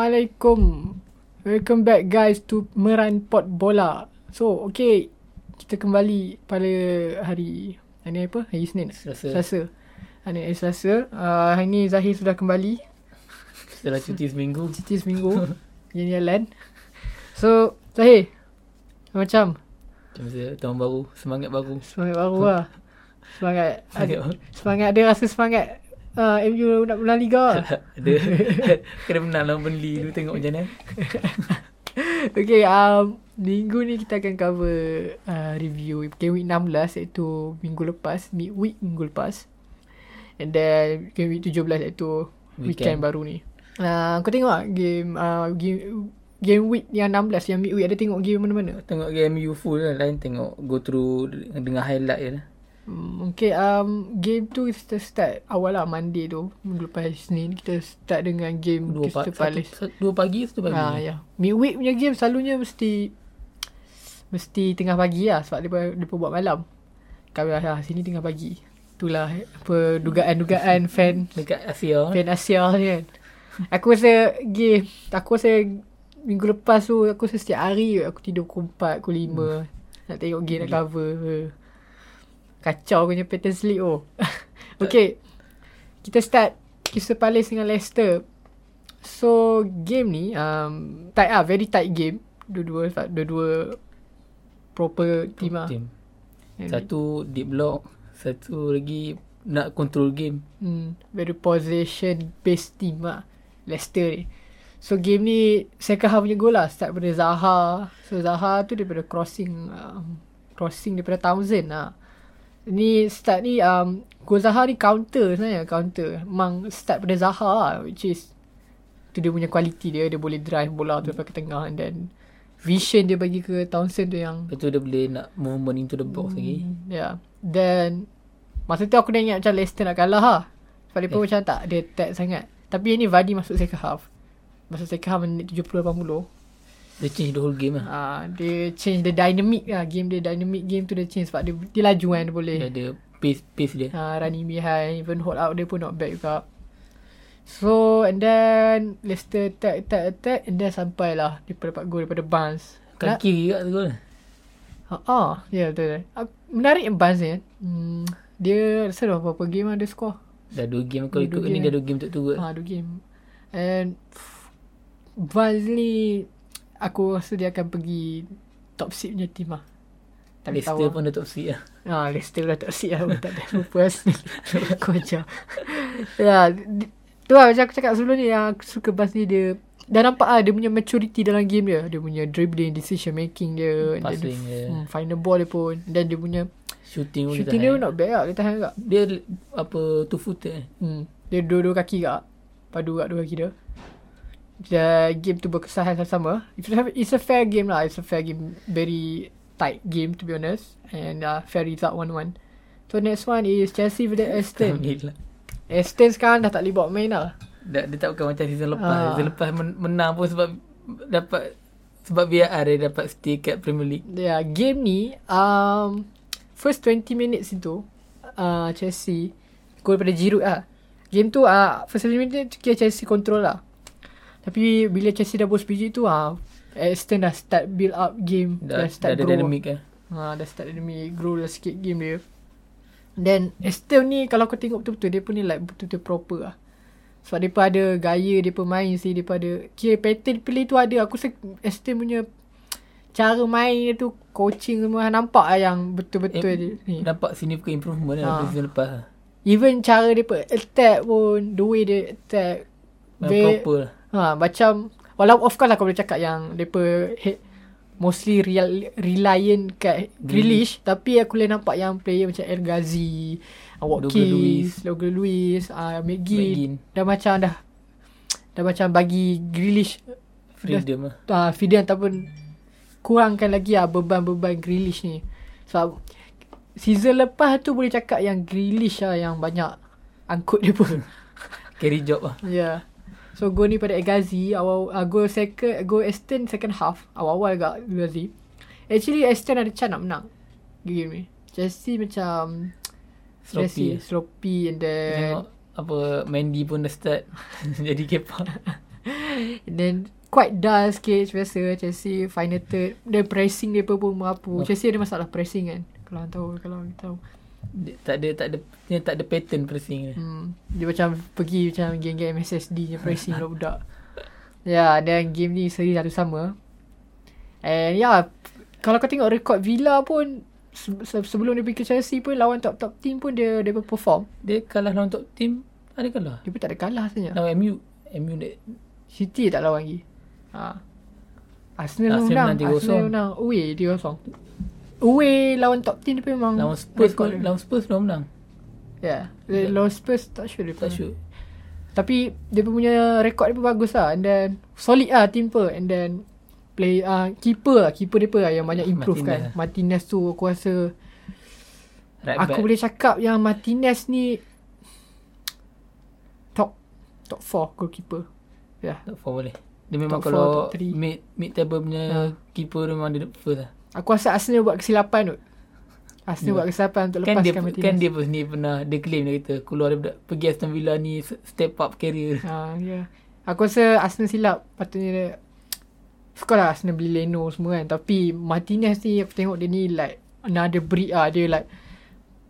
Assalamualaikum. Welcome back guys to Meran Pot Bola. So, okay. Kita kembali pada hari... Hari ni apa? Hari Senin? Selasa. Selasa. Hari ni hari Selasa. Uh, hari ni Zahir sudah kembali. Setelah cuti seminggu Cuti seminggu. Jalan-jalan. So, Zahir. Macam? Macam saya tahun baru Semangat baru Semangat baru lah. Semangat. Semangat Semangat, baru. semangat ada rasa semangat. Uh, MU nak menang Liga. Ada Kena menang lawan Burnley dulu Tengok macam mana Okay, um, minggu ni kita akan cover uh, review game week 16 iaitu minggu lepas, midweek minggu lepas. And then game week 17 iaitu weekend, weekend Weekend. baru ni. Uh, kau tengok tak game, uh, game game week yang 16 yang midweek ada tengok game mana-mana? Tengok game MU full lah Lain tengok Go through Dengan highlight je lah Hmm, okay, um, game tu kita start awal lah Monday tu. Minggu lepas Senin kita start dengan game Dua, pa- Crystal satu, Palace. satu, dua pagi Satu pagi Ha, ya. Midweek punya game selalunya mesti mesti tengah pagi lah sebab dia, dia buat malam. Kami lah ah, sini tengah pagi. Itulah eh, apa dugaan-dugaan fan Dekat Asia fan Asia ni kan. Aku rasa game aku rasa minggu lepas tu aku rasa setiap hari aku tidur pukul 4, pukul 5 nak tengok game nak cover. Kacau punya pattern sleep oh. okay. Kita start Crystal Palace dengan Leicester. So game ni um, tight ah, very tight game. Dua-dua sebab dua-dua proper team ah. Team And- Satu deep block Satu lagi Nak control game Hmm, very possession based team lah Leicester ni So game ni second half punya gol lah Start daripada Zaha So Zaha tu daripada crossing um, Crossing daripada Townsend lah Ni start ni um, Gol Zaha ni counter sebenarnya Counter Memang start daripada Zaha lah Which is Tu dia punya quality dia Dia boleh drive bola tu daripada ke tengah And then Vision dia bagi ke Townsend tu yang Lepas tu dia boleh nak Movement into the box lagi Ya. Yeah. Then masa tu aku dah ingat macam Leicester nak kalah ha. Sebab dia pun macam tak dia attack sangat. Tapi yang ni Vardy masuk second half. Masuk second half minit 70 80. Dia change the whole game lah Ah ha, dia change the dynamic lah game dia dynamic game tu dia change sebab dia dia laju kan dia boleh. Dia ada pace, pace dia Ha, running behind Even hold out dia pun not bad juga So and then Leicester attack attack attack And then sampailah Dia dapat gol daripada Barnes Kaki juga tu gol Ha ah, ya yeah, betul. Ah, Menarik Buzz ni. kan. Hmm, dia rasa dah berapa game ada skor. Dah dua game kau Dua ikut game. ni Dah dua game untuk turut Ha, dua game. And pff, Buzz ni aku rasa dia akan pergi top seed punya team lah. Tak boleh Leicester tahu. Pun. pun dah top seed lah Ha, Leicester dah top seed lah. tak ada apa-apa asli. Kocak. ya, di- tu lah macam aku cakap sebelum ni yang aku suka Buzz ni dia Dah nampak ah dia punya maturity dalam game dia. Dia punya dribbling, decision making dia. and then Passing dia. Hmm, final ball dia pun. Dan dia punya Shooting pun Shooting dia dia tahan. not bad lah. Dia tahan juga. Dia apa two footer eh. Hmm. Dia dua-dua kaki juga. Padu juga dua kaki dia. The game tu berkesahan sama-sama. It's a, it's a fair game lah. It's a fair game. Very tight game to be honest. And uh, fair result 1-1. So next one is Chelsea versus Aston. Alhamdulillah. Aston sekarang dah tak boleh bawa main lah. Dah, dia tak bukan macam season lepas. Ah. Season lepas men- menang pun sebab dapat sebab VAR dia dapat stay kat Premier League. Yeah, game ni um, first 20 minutes itu uh, Chelsea gol daripada Giroud lah. Game tu uh, first 20 minutes tu kira Chelsea control lah. Tapi bila Chelsea dah bos biji tu ah uh, Aston dah start build up game Dah, dah start ada grow. dynamic kan. Ha, dah start dynamic grow lah sikit game dia. Then Aston ni kalau kau tengok betul-betul dia pun ni like betul-betul proper lah. Sebab dia pun ada gaya dia pun main sih dia pun ada kira pattern play tu ada. Aku rasa Aston punya cara main dia tu coaching semua nampak lah yang betul-betul dia ni. Eh, nampak significant improvement Ah. lah season lepas. lah. Even cara dia pun attack pun the way dia attack Main They- proper lah. Ha, macam walaupun of course lah kau boleh cakap yang mereka he, mostly real, reliant kat Grealish tapi aku boleh nampak yang player macam El Ghazi, ah, Watkins, Logan Lewis, uh, McGinn. McGinn dah macam dah dah macam bagi Grealish Freedom lah. uh, Fidian ataupun kurangkan lagi lah beban-beban Grealish ni. Sebab season lepas tu boleh cakap yang Grealish lah yang banyak angkut dia pun. Carry job lah. Yeah. Ya. So gol ni pada Egazi awal uh, gol second gol Aston second half awal-awal agak Egazi. Actually Aston ada chance nak menang game ni. Chelsea macam Sloppy. Chelsea sloppy and then Tengok apa Mandy pun dah start jadi kepa. And then quite dull sikit macam biasa Chelsea final third. Then pressing dia pun mampu. Oh. Chelsea ada masalah pressing kan. Kalau orang tahu kalau orang tahu. Dia tak ada tak ada dia tak ada pattern pressing dia. Hmm, dia macam pergi macam geng-geng MSSD je pressing budak-budak. lah Ya, yeah, dan game ni seri satu sama. And ya, yeah, kalau kau tengok rekod Villa pun se- se- sebelum dia pergi ke Chelsea pun lawan top-top team pun dia dia perform. Dia kalah lawan top team ada kalah. Dia pun tak ada kalah sebenarnya. Lawan MU MU dia City tak lawan lagi. Ha. Arsenal, Arsenal Arsenal menang. menang 3-0. Arsenal menang. Away 3-0. Away lawan top team dia pun memang lawan Spurs rekod kot, dia. lawan Spurs belum menang. Ya. Yeah. Lawan Spurs tak sure dia Tak pernah. sure. Tapi dia pun punya rekod dia pun bagus lah And then solid lah team pun And then play uh, keeper lah Keeper dia pun lah yang banyak improve Martinez Martinez. kan Martinez tu aku rasa Right Aku back. boleh cakap yang Martinez ni Top Top 4 goalkeeper Ya yeah. Top 4 boleh. Dia memang Top four, kalau top three. mid mid table punya Ha. keeper dia memang dia first lah. Aku rasa Arsenal buat kesilapan tu Arsenal Ya. buat kesilapan untuk Kan dia lepaskan Martinez kan dia pun sendiri pernah dia claim dia kata keluar daripada pergi Aston Villa ni s- step up career. Ha, ya. Aku rasa Arsenal silap patutnya dia Of course lah Arsenal beli Leno semua kan Tapi Martinez ni aku tengok dia ni like Another breed lah Dia like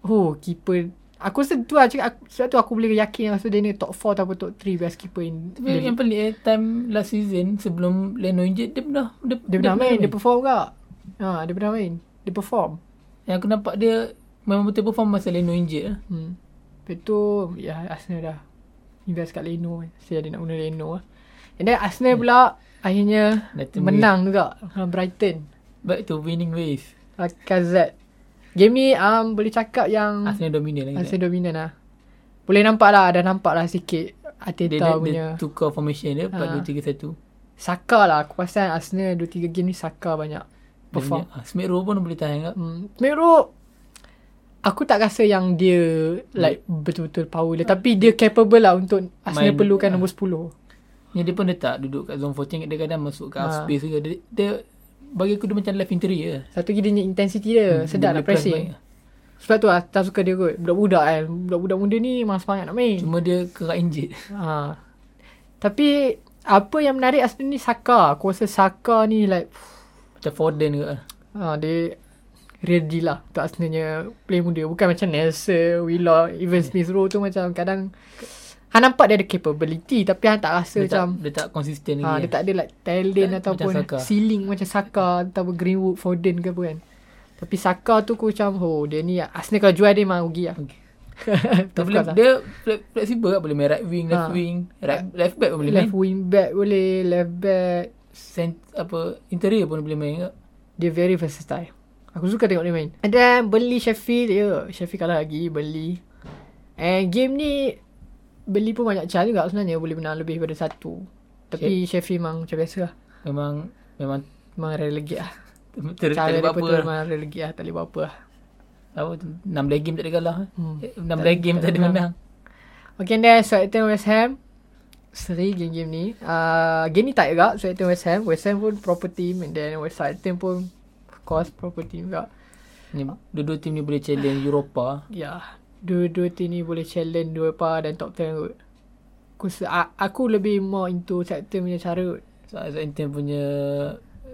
Oh keeper Aku rasa tu lah cakap, aku, Sebab tu aku boleh yakin Aku rasa dia ni top 4 atau top 3 best keeper in Tapi yang pelik eh time last season sebelum Leno injured dia pernah dia, Dia pernah main Dia perform kak ha, Dia pernah main Dia perform Yang aku nampak dia memang betul perform masa Leno injured lah. hmm. Lepas tu Ya Arsenal dah Invest kat Leno kan Saya dia nak guna Leno lah And then Arsenal pula Akhirnya Dah tu- Menang juga Dengan Brighton Back to winning ways. Lacazette Game ni um, boleh cakap yang Arsenal dominant lagi. eh. Arsenal dominan lah Boleh nampak lah Dah nampak lah sikit Dia, Arteta dia, dia punya tukar formation dia Ha. 4-2-3-1. Saka lah Aku perasan Arsenal 2-3 game ni Saka banyak Perform. Perform Ha, Smith Rowe pun boleh tahan kat. hmm. Mero Aku tak rasa yang dia Like betul-betul power dia Tapi dia capable lah Untuk Arsenal Main- perlukan ah. nombor 10 Ni dia pun letak duduk kat zone 14 dia kadang masuk Ha. kat half space juga. Dia, dia bagi aku dia macam left interior. lah. Hmm, Satu lagi dia punya intensity dia Sedap lah pressing Sebab tu lah Tak suka dia kot Budak-budak kan Budak-budak muda ni Memang semangat nak main Cuma dia kerak injet. Ha. Tapi apa yang menarik asli ni Saka. Aku rasa Saka ni like Macam Foden ke. lah. ha, dia real deal lah untuk Arsenalnya player muda. Bukan macam Nelson, Willock, even Smith Rowe tu macam kadang Han nampak dia ada capability tapi Han tak rasa Dia, dia macam tak, dia tak konsisten tak, ha, lagi. dia eh. tak ada like talent Tak- ataupun macam Saka. ceiling macam Saka ataupun Greenwood, Foden ke apa kan. Tapi Saka tu aku macam oh dia ni Arsenal kalau jual dia memang rugi lah. Rugi. Dia Of boleh, course lah. dia fle- flexible lah. Boleh main right wing, left Ha. wing. Right, left back pun boleh main. Left wing back boleh, left back Cent, apa, interior pun boleh main kat. Dia very versatile Aku suka tengok dia main And then beli Sheffield Ya yeah, Sheffield kalah lagi Beli And game ni Beli pun banyak chance juga sebenarnya Boleh menang lebih daripada satu Tapi Sheffield memang macam biasa lah Memang memang Memang relegate lah ter, tak Cara ada dia apa-apa pun lah. memang relegate lah Tak boleh buat apa lah Apa tu? 16 game tak ada kalah. eh. Hmm. Eh, 16 game tak ada menang. Okay and then Southampton West Ham Seri game-game ni uh, Game ni tak juga Southampton West Ham West Ham pun proper team And then West Southampton pun Of course proper team juga Ni dua-dua tim ni boleh challenge Europa. Ya Dua-dua team ni boleh challenge dua par dan top 10 kot Aku, se- a- aku lebih more into sector punya cara kot So Southampton punya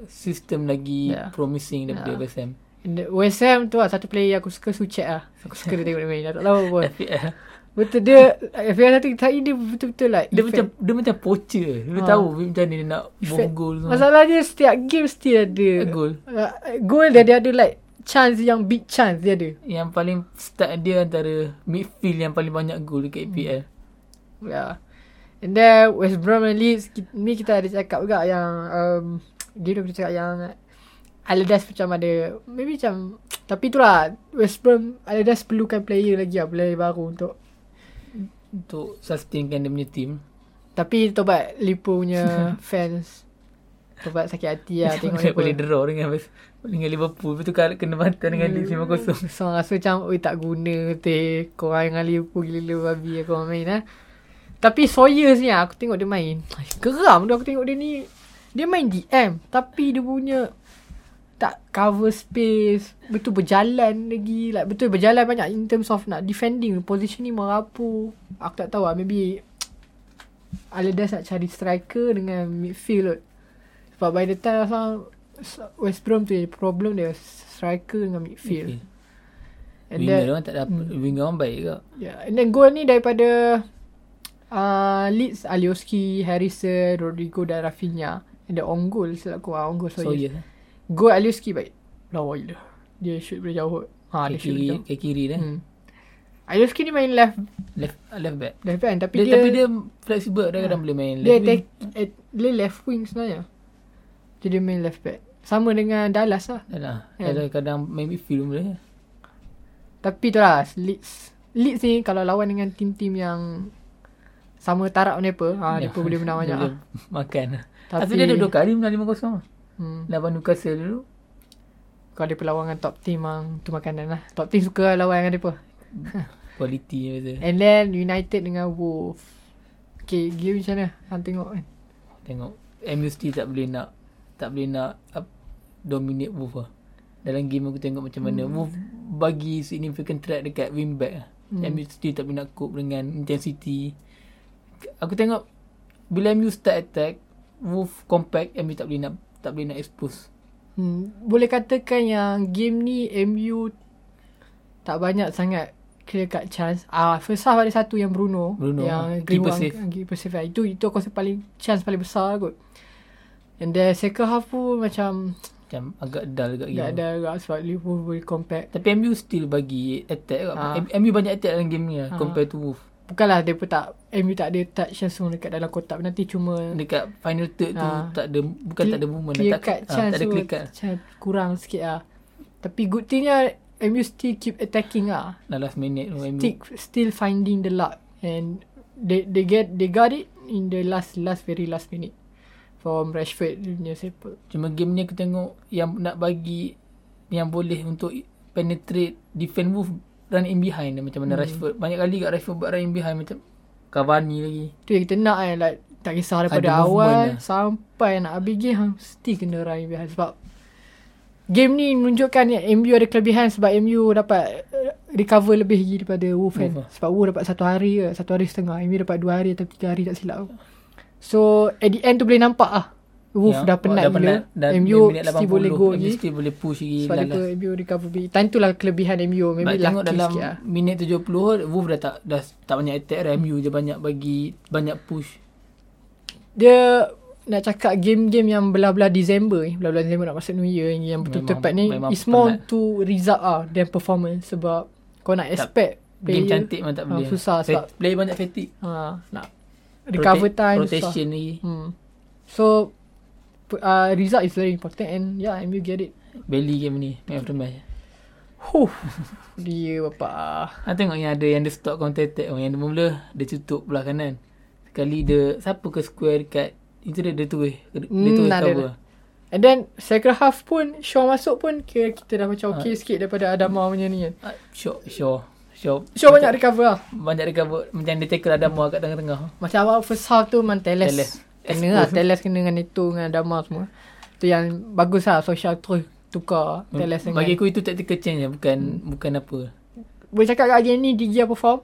sistem lagi Ya. yeah. promising daripada yeah. West Ham. And the- West Ham tu lah satu player yang aku suka Sucek lah Aku suka dia tengok dia main Aku tak tahu pun FPL. Betul dia FPL satu kita ni dia betul-betul lah Dia macam dia macam poacher. Dia Ha. tahu macam mana dia nak buang Effect. gol semua. Masalahnya setiap game still ada Gol. uh, Goal dia, dia ada like Chance yang big chance dia ada Yang paling start dia antara midfield yang paling banyak gol Hmm. dekat EPL. Yeah. Ya. And then West Brom and Leeds ki- ni kita ada cakap juga yang um, dia dah pernah cakap yang Allardyce macam ada maybe macam tapi itulah West Brom Allardyce perlukan player lagi lah player baru untuk Untuk sustainkan dia punya team. tapi tobat Liverpool punya fans tobat sakit hati lah tengok dia boleh Liverpool draw dengan West- dengan Liverpool. Lepas tu kal- kena bantai dengan Leeds 5-0. So orang Hmm. rasa macam Oi tak guna teh Korang dengan Liverpool gila babi lah korang main lah Tapi Sawyers ni ah, aku tengok dia main Ay, Geram tu aku tengok dia ni Dia main DM Tapi dia punya Tak cover space Betul berjalan lagi like, Betul berjalan banyak in terms of nak defending Positioning merapu Aku tak tahu lah maybe Allardyce nak cari striker dengan midfield kot. Sebab by the time Azlan West Brom tu je problem dia striker dengan midfield. Okay. Okay. And Winger then orang tak dapat hmm. Winger orang baik juga yeah, and then goal ni daripada uh, Leeds Alioski, Harrison, Rodrigo dan Rafinha. And then on goal silap aku ah on goal So so, yes Goal Alioski baik. Lawa gila. Dia shoot boleh jauh. kot. Ha Ke dia shoot boleh kiri eh? jauh. Ke kiri dia Hmm. Alioski ni main left Left left back left kan tapi dia, Ha. dia, Tapi dia flexible Dia kadang boleh main Dia left attack wing. at, Dia left wing sebenarnya Jadi dia main left back Sama dengan Dallas lah Dah lah Yeah. Kadang-kadang main midfield pun boleh Tapi tu lah Leeds Leeds ni kalau lawan dengan tim-tim yang Sama taraf mereka ha, Mereka boleh menang banyak lah. Boleh Makan Tapi- Ya. Tapi dia ada dua kali Menang 5-0 hmm. Lawan Newcastle dulu Kalau dia lawan dengan top team ang, Tu makanan lah Top team suka lah lawan dengan mereka Quality dia kata And then United dengan Wolves Okay game macam mana Hang tengok kan Tengok MU still tak boleh nak Tak boleh nak up, Dominate Wolf lah Dalam game aku tengok macam mana hmm. Wolf bagi significant threat dekat wingback lah hmm. MU still tak boleh nak cope dengan intensity Aku tengok Bila MU start attack Wolf compact MU tak boleh nak Tak boleh nak expose hmm. Boleh katakan yang game ni MU tak banyak sangat clear cut chance. Ah first half ada satu yang Bruno, Bruno, yang keeper Greenwood- save. ah, Keeper save. Itu itu aku rasa paling chance paling besar lah kot. And then second half pun macam Macam agak dull kat game tak ada agak sebab Liverpool boleh compact. Tapi MU still bagi attack kot. Ah. M- MU banyak attack dalam game ni lah Compare to Wolf Bukanlah dia pun tak MU tak ada touch langsung dekat dalam kotak penalti cuma Dekat final third tu Ah. Tak ada Bukan tak ada movement clear tak, cut ah, chance tak ada tu clear cut macam kurang sikit lah. Tapi good thingnya MU still keep attacking lah. Dalam last minute tu MU stick still finding the luck and they they get they got it in the last last very last minute from Rashford dia punya sepak. Cuma game ni aku tengok yang nak bagi yang boleh untuk penetrate defend move run in behind dia macam mana hmm. Rashford. Banyak kali kat Rashford buat run in behind macam Cavani lagi. Tu yang kita nak kan like tak kisah daripada Ada awal movement lah. sampai nak habis game hang still kena run behind sebab game ni menunjukkan yang MU ada kelebihan sebab MU dapat uh, recover lebih lagi daripada Wolves kan. Wolves lah. Sebab Wolves dapat satu hari ke, satu hari setengah. MU dapat dua hari atau tiga hari tak silap. So at the end tu boleh nampak ah Wolf Yang- dah penat Ya, dah gila. dah MU minit still boleh 80, go MU lagi. still boleh push lagi Sebab dia lalas. pun MU recover big. Time tu lah kelebihan MU. Sebab Maybe tengok lucky dalam sikit lah. minit 70 Wolf dah tak dah tak banyak attack dah MU je banyak bagi banyak push. Dia nak cakap game-game yang belah-belah Disember ni. Belah-belah Disember nak masuk New Year ni. Yang betul-betul Memang- tepat ni. memang It's more penat. to result ah than performance. Sebab kau nak expect Game player- cantik memang tak Ah, boleh. susah Fa- sebab- Player banyak fatigue. Ha, nak recover Rota- time. susah. Rotation lagi. Hmm. So, p- uh, result is very important and yeah, MU get it. Belly game ni. Man of the match. Huh. Dia bapak. Ha, tengok yang ada yang dia stop counter attack oh, Yang dia mula Dia tutup belah kanan Sekali dia Siapa ke square dekat Itu dia, dia tulis Dia, hmm, dia Hmm, tulis ada, cover ada. And then second half pun Shaw masuk pun kira kita dah Ah. macam okay sikit daripada Adama punya ni kan. ha, Syok Syok Syok Shaw banyak recover lah. Banyak recover Macam dia tackle ada muak kat tengah-tengah Macam awal first half tu memang Teles. Teles. Kena lah. Teles kena dengan itu dengan Dama semua. Tu yang bagus lah. Social terus tukar Teles kan. dengan. Hmm. Bagi aku itu tactical change lah Bukan bukan apa Boleh cakap kat game ni Digi apa form?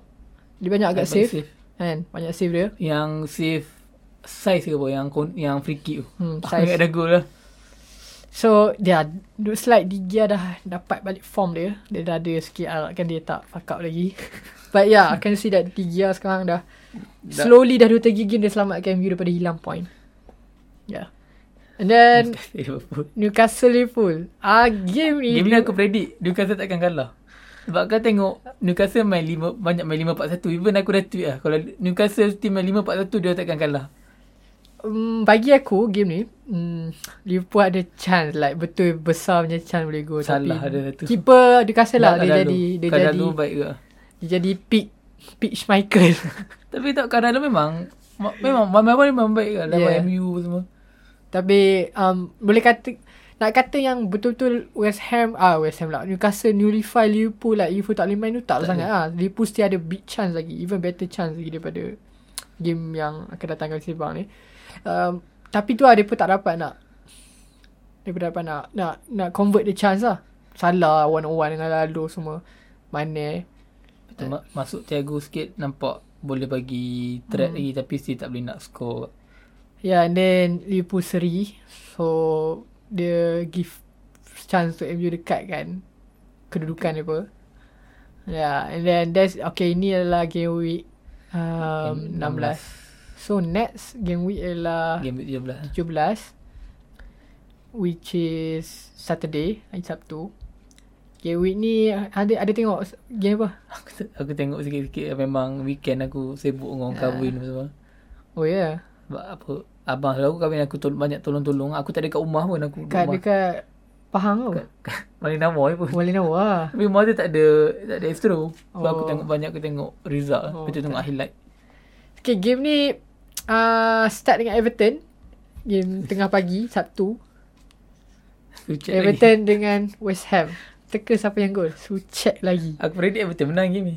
Dia banyak agak Banyak save. Kan? Banyak save dia. Yang save Size ke apa Yang, kon- yang free kick tu Hmm, Size size. ada goal lah So, dia looks like Digi dah dapat balik form dia. Dia dah ada sikit harapkan dia tak fuck up lagi. But yeah, I can see that Digi lah sekarang dah slowly dah 2-3 game dia selamatkan MU daripada hilang point. Yeah. And then Newcastle Liverpool. Ah game ni Game ni aku predict Newcastle takkan kalah Sebab kau tengok Newcastle main lima, Banyak main 5-4-1 Even aku dah tweet lah Kalau Newcastle team main 5-4-1 Dia takkan kalah um, bagi aku game ni um, Liverpool ada chance like betul besar punya chance boleh go Salah tapi ada satu. keeper Newcastle lah dia Kadalu. jadi dia Kadalu jadi baik juga dia jadi pick pick Schmeichel. Tapi tak Kadalu memang ma- Memang Memang memang baik lah Lawan Yeah. yeah. MU apa semua tapi um, boleh kata nak kata yang betul-betul West Ham ah West Ham lah Newcastle newlify Liverpool lah Liverpool tak boleh main tu tak, Tak sangat ah Liverpool still ada big chance lagi even better chance lagi daripada game yang akan datang kali sebang ni um, tapi tu lah dia pun tak dapat nak dia pun tak dapat nak nak nak convert the chance lah salah one on one dengan Lalo semua Mane Betul, ma- Masuk Thiago sikit Nampak boleh bagi threat hmm. lagi tapi still tak boleh nak score. Yeah, and then Liverpool seri. So, dia give chance to MU dekat kan. Kedudukan apa. Yeah, and then that's, okay, ini adalah game week um, 16. So, next game week adalah Game week 13. 17. Which is Saturday, hari Sabtu. Game week ni, ada, ada tengok game apa? Aku, te- aku tengok sikit-sikit memang weekend aku sibuk dengan orang Ya. kahwin apa semua. Oh, yeah. Sebab apa abang selalu kahwin aku tol- banyak tolong-tolong. Aku tak ada kat rumah pun aku Kat dekat Pahang tu. Malina Moy pun. Kuala lah. Nawa. Tapi Moy tu tak ada tak ada extra. Sebab aku Oh. tengok banyak aku tengok result. Oh, Oh, Lepas tu tengok highlight. Okay, game ni uh, start dengan Everton. Game tengah pagi, Sabtu. Ya, Aku check lagi. Everton dengan West Ham. Teka siapa yang gol. So, check lagi. Aku predict Everton menang game ni.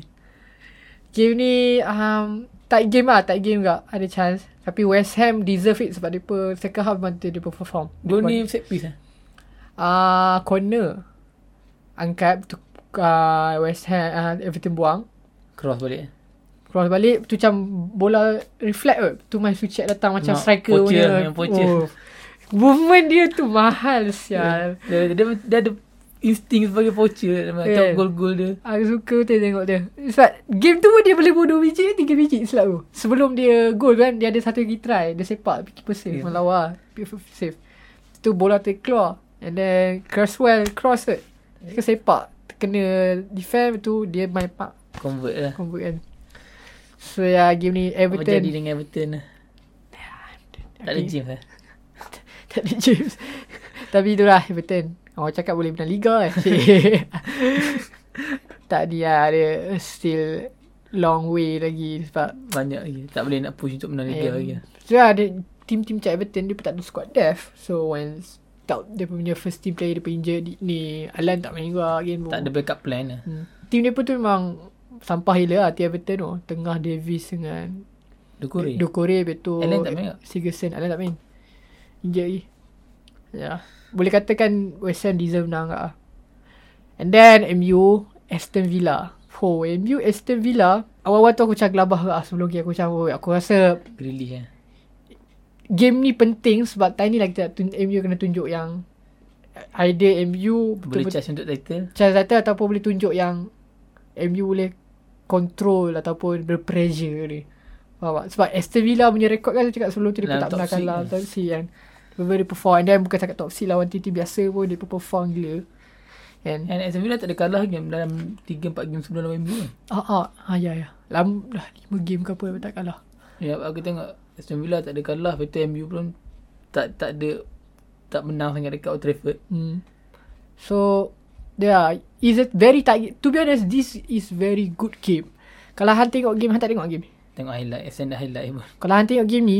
Game ni um, tight game lah. Tight game juga. Ada chance. Tapi West Ham deserve it sebab dia per, second half memang dia per- perform. Gol ni set piece lah. Uh, corner. Angkat tu, uh, West Ham, uh, Everton buang. Cross balik. eh. Cross balik tu macam bola reflect kot. Tu main Sucek datang macam Mak, striker poacher, punya. Oh. yang poacher. Movement dia tu mahal sial. Dia, dia, dia ada insting sebagai poacher. Yeah. Tengok Yeah. gol-gol dia. Aku suka tu tengok dia. Sebab game tu pun dia boleh bunuh biji tiga biji selalu. Sebelum dia goal kan dia ada satu lagi try. Dia sepak keeper save yeah. Yeah. melawa. Keeper save. Tu bola tu keluar. And then Cresswell cross kot. Dia sepak. Kena defend tu dia main pak Convert lah. convert kan. So ya yeah, game ni Apa jadi Everton. dengan Everton lah. Tak ada Okay. James lah. Tak ada James Tapi itulah Everton Orang cakap boleh menang Liga kan Cik. Tak dia Dia lah, still Long way lagi Sebab Banyak lagi. Tak boleh nak push Ya. untuk menang Liga lagi. lah. So ada Team-team macam Everton Dia pun tak ada squad depth So once tak, Dia punya first team player Dia pun injured di- Ni Alan tak main juga Game Tak ada backup plan lah. hmm. Team dia pun tu memang Sampah gila lah Team Everton tu Tengah Davis dengan Dukuri. Dukore Lepas tu Allen tak main tak? Sigerson Alan tak main Injured lagi Ya yeah. Boleh katakan West Ham deserve menang kat lah And then MU Aston Villa Oh MU Aston Villa Awal-awal tu aku macam gelabah kat lah Sebelum game aku macam oh, Aku rasa Grealish lah. Game ni penting Sebab time ni lah kita nak tun- MU kena tunjuk yang Either MU Boleh Betul-betul charge untuk title. Charge data Ataupun boleh tunjuk yang MU boleh Control Ataupun Berpressure ni Faham tak? Sebab Aston Villa punya rekod kan Saya cakap sebelum tu Dia pun Dalam tak top pernah six kalah lah. Top 6 kan Tiba-tiba dia perform And then bukan cakap top 6 Lawan TT biasa pun Dia pun perform gila Kan And Aston Villa lah tak ada kalah game dalam 3-4 game sebelum lawan MU kan. Ah ah Ha ya ya Lama dah 5 game ke apa dia Tak kalah Ya, aku tengok Aston Villa lah tak ada kalah. Lepas tu MU pun tak tak ada tak menang sangat dekat Old Trafford. Hmm. So yeah, is a very tight. To be honest, this is very good game. Kalau hang tengok game, hang tak tengok game. Tengok highlight, extended highlight pun. Kalau hang tengok game ni,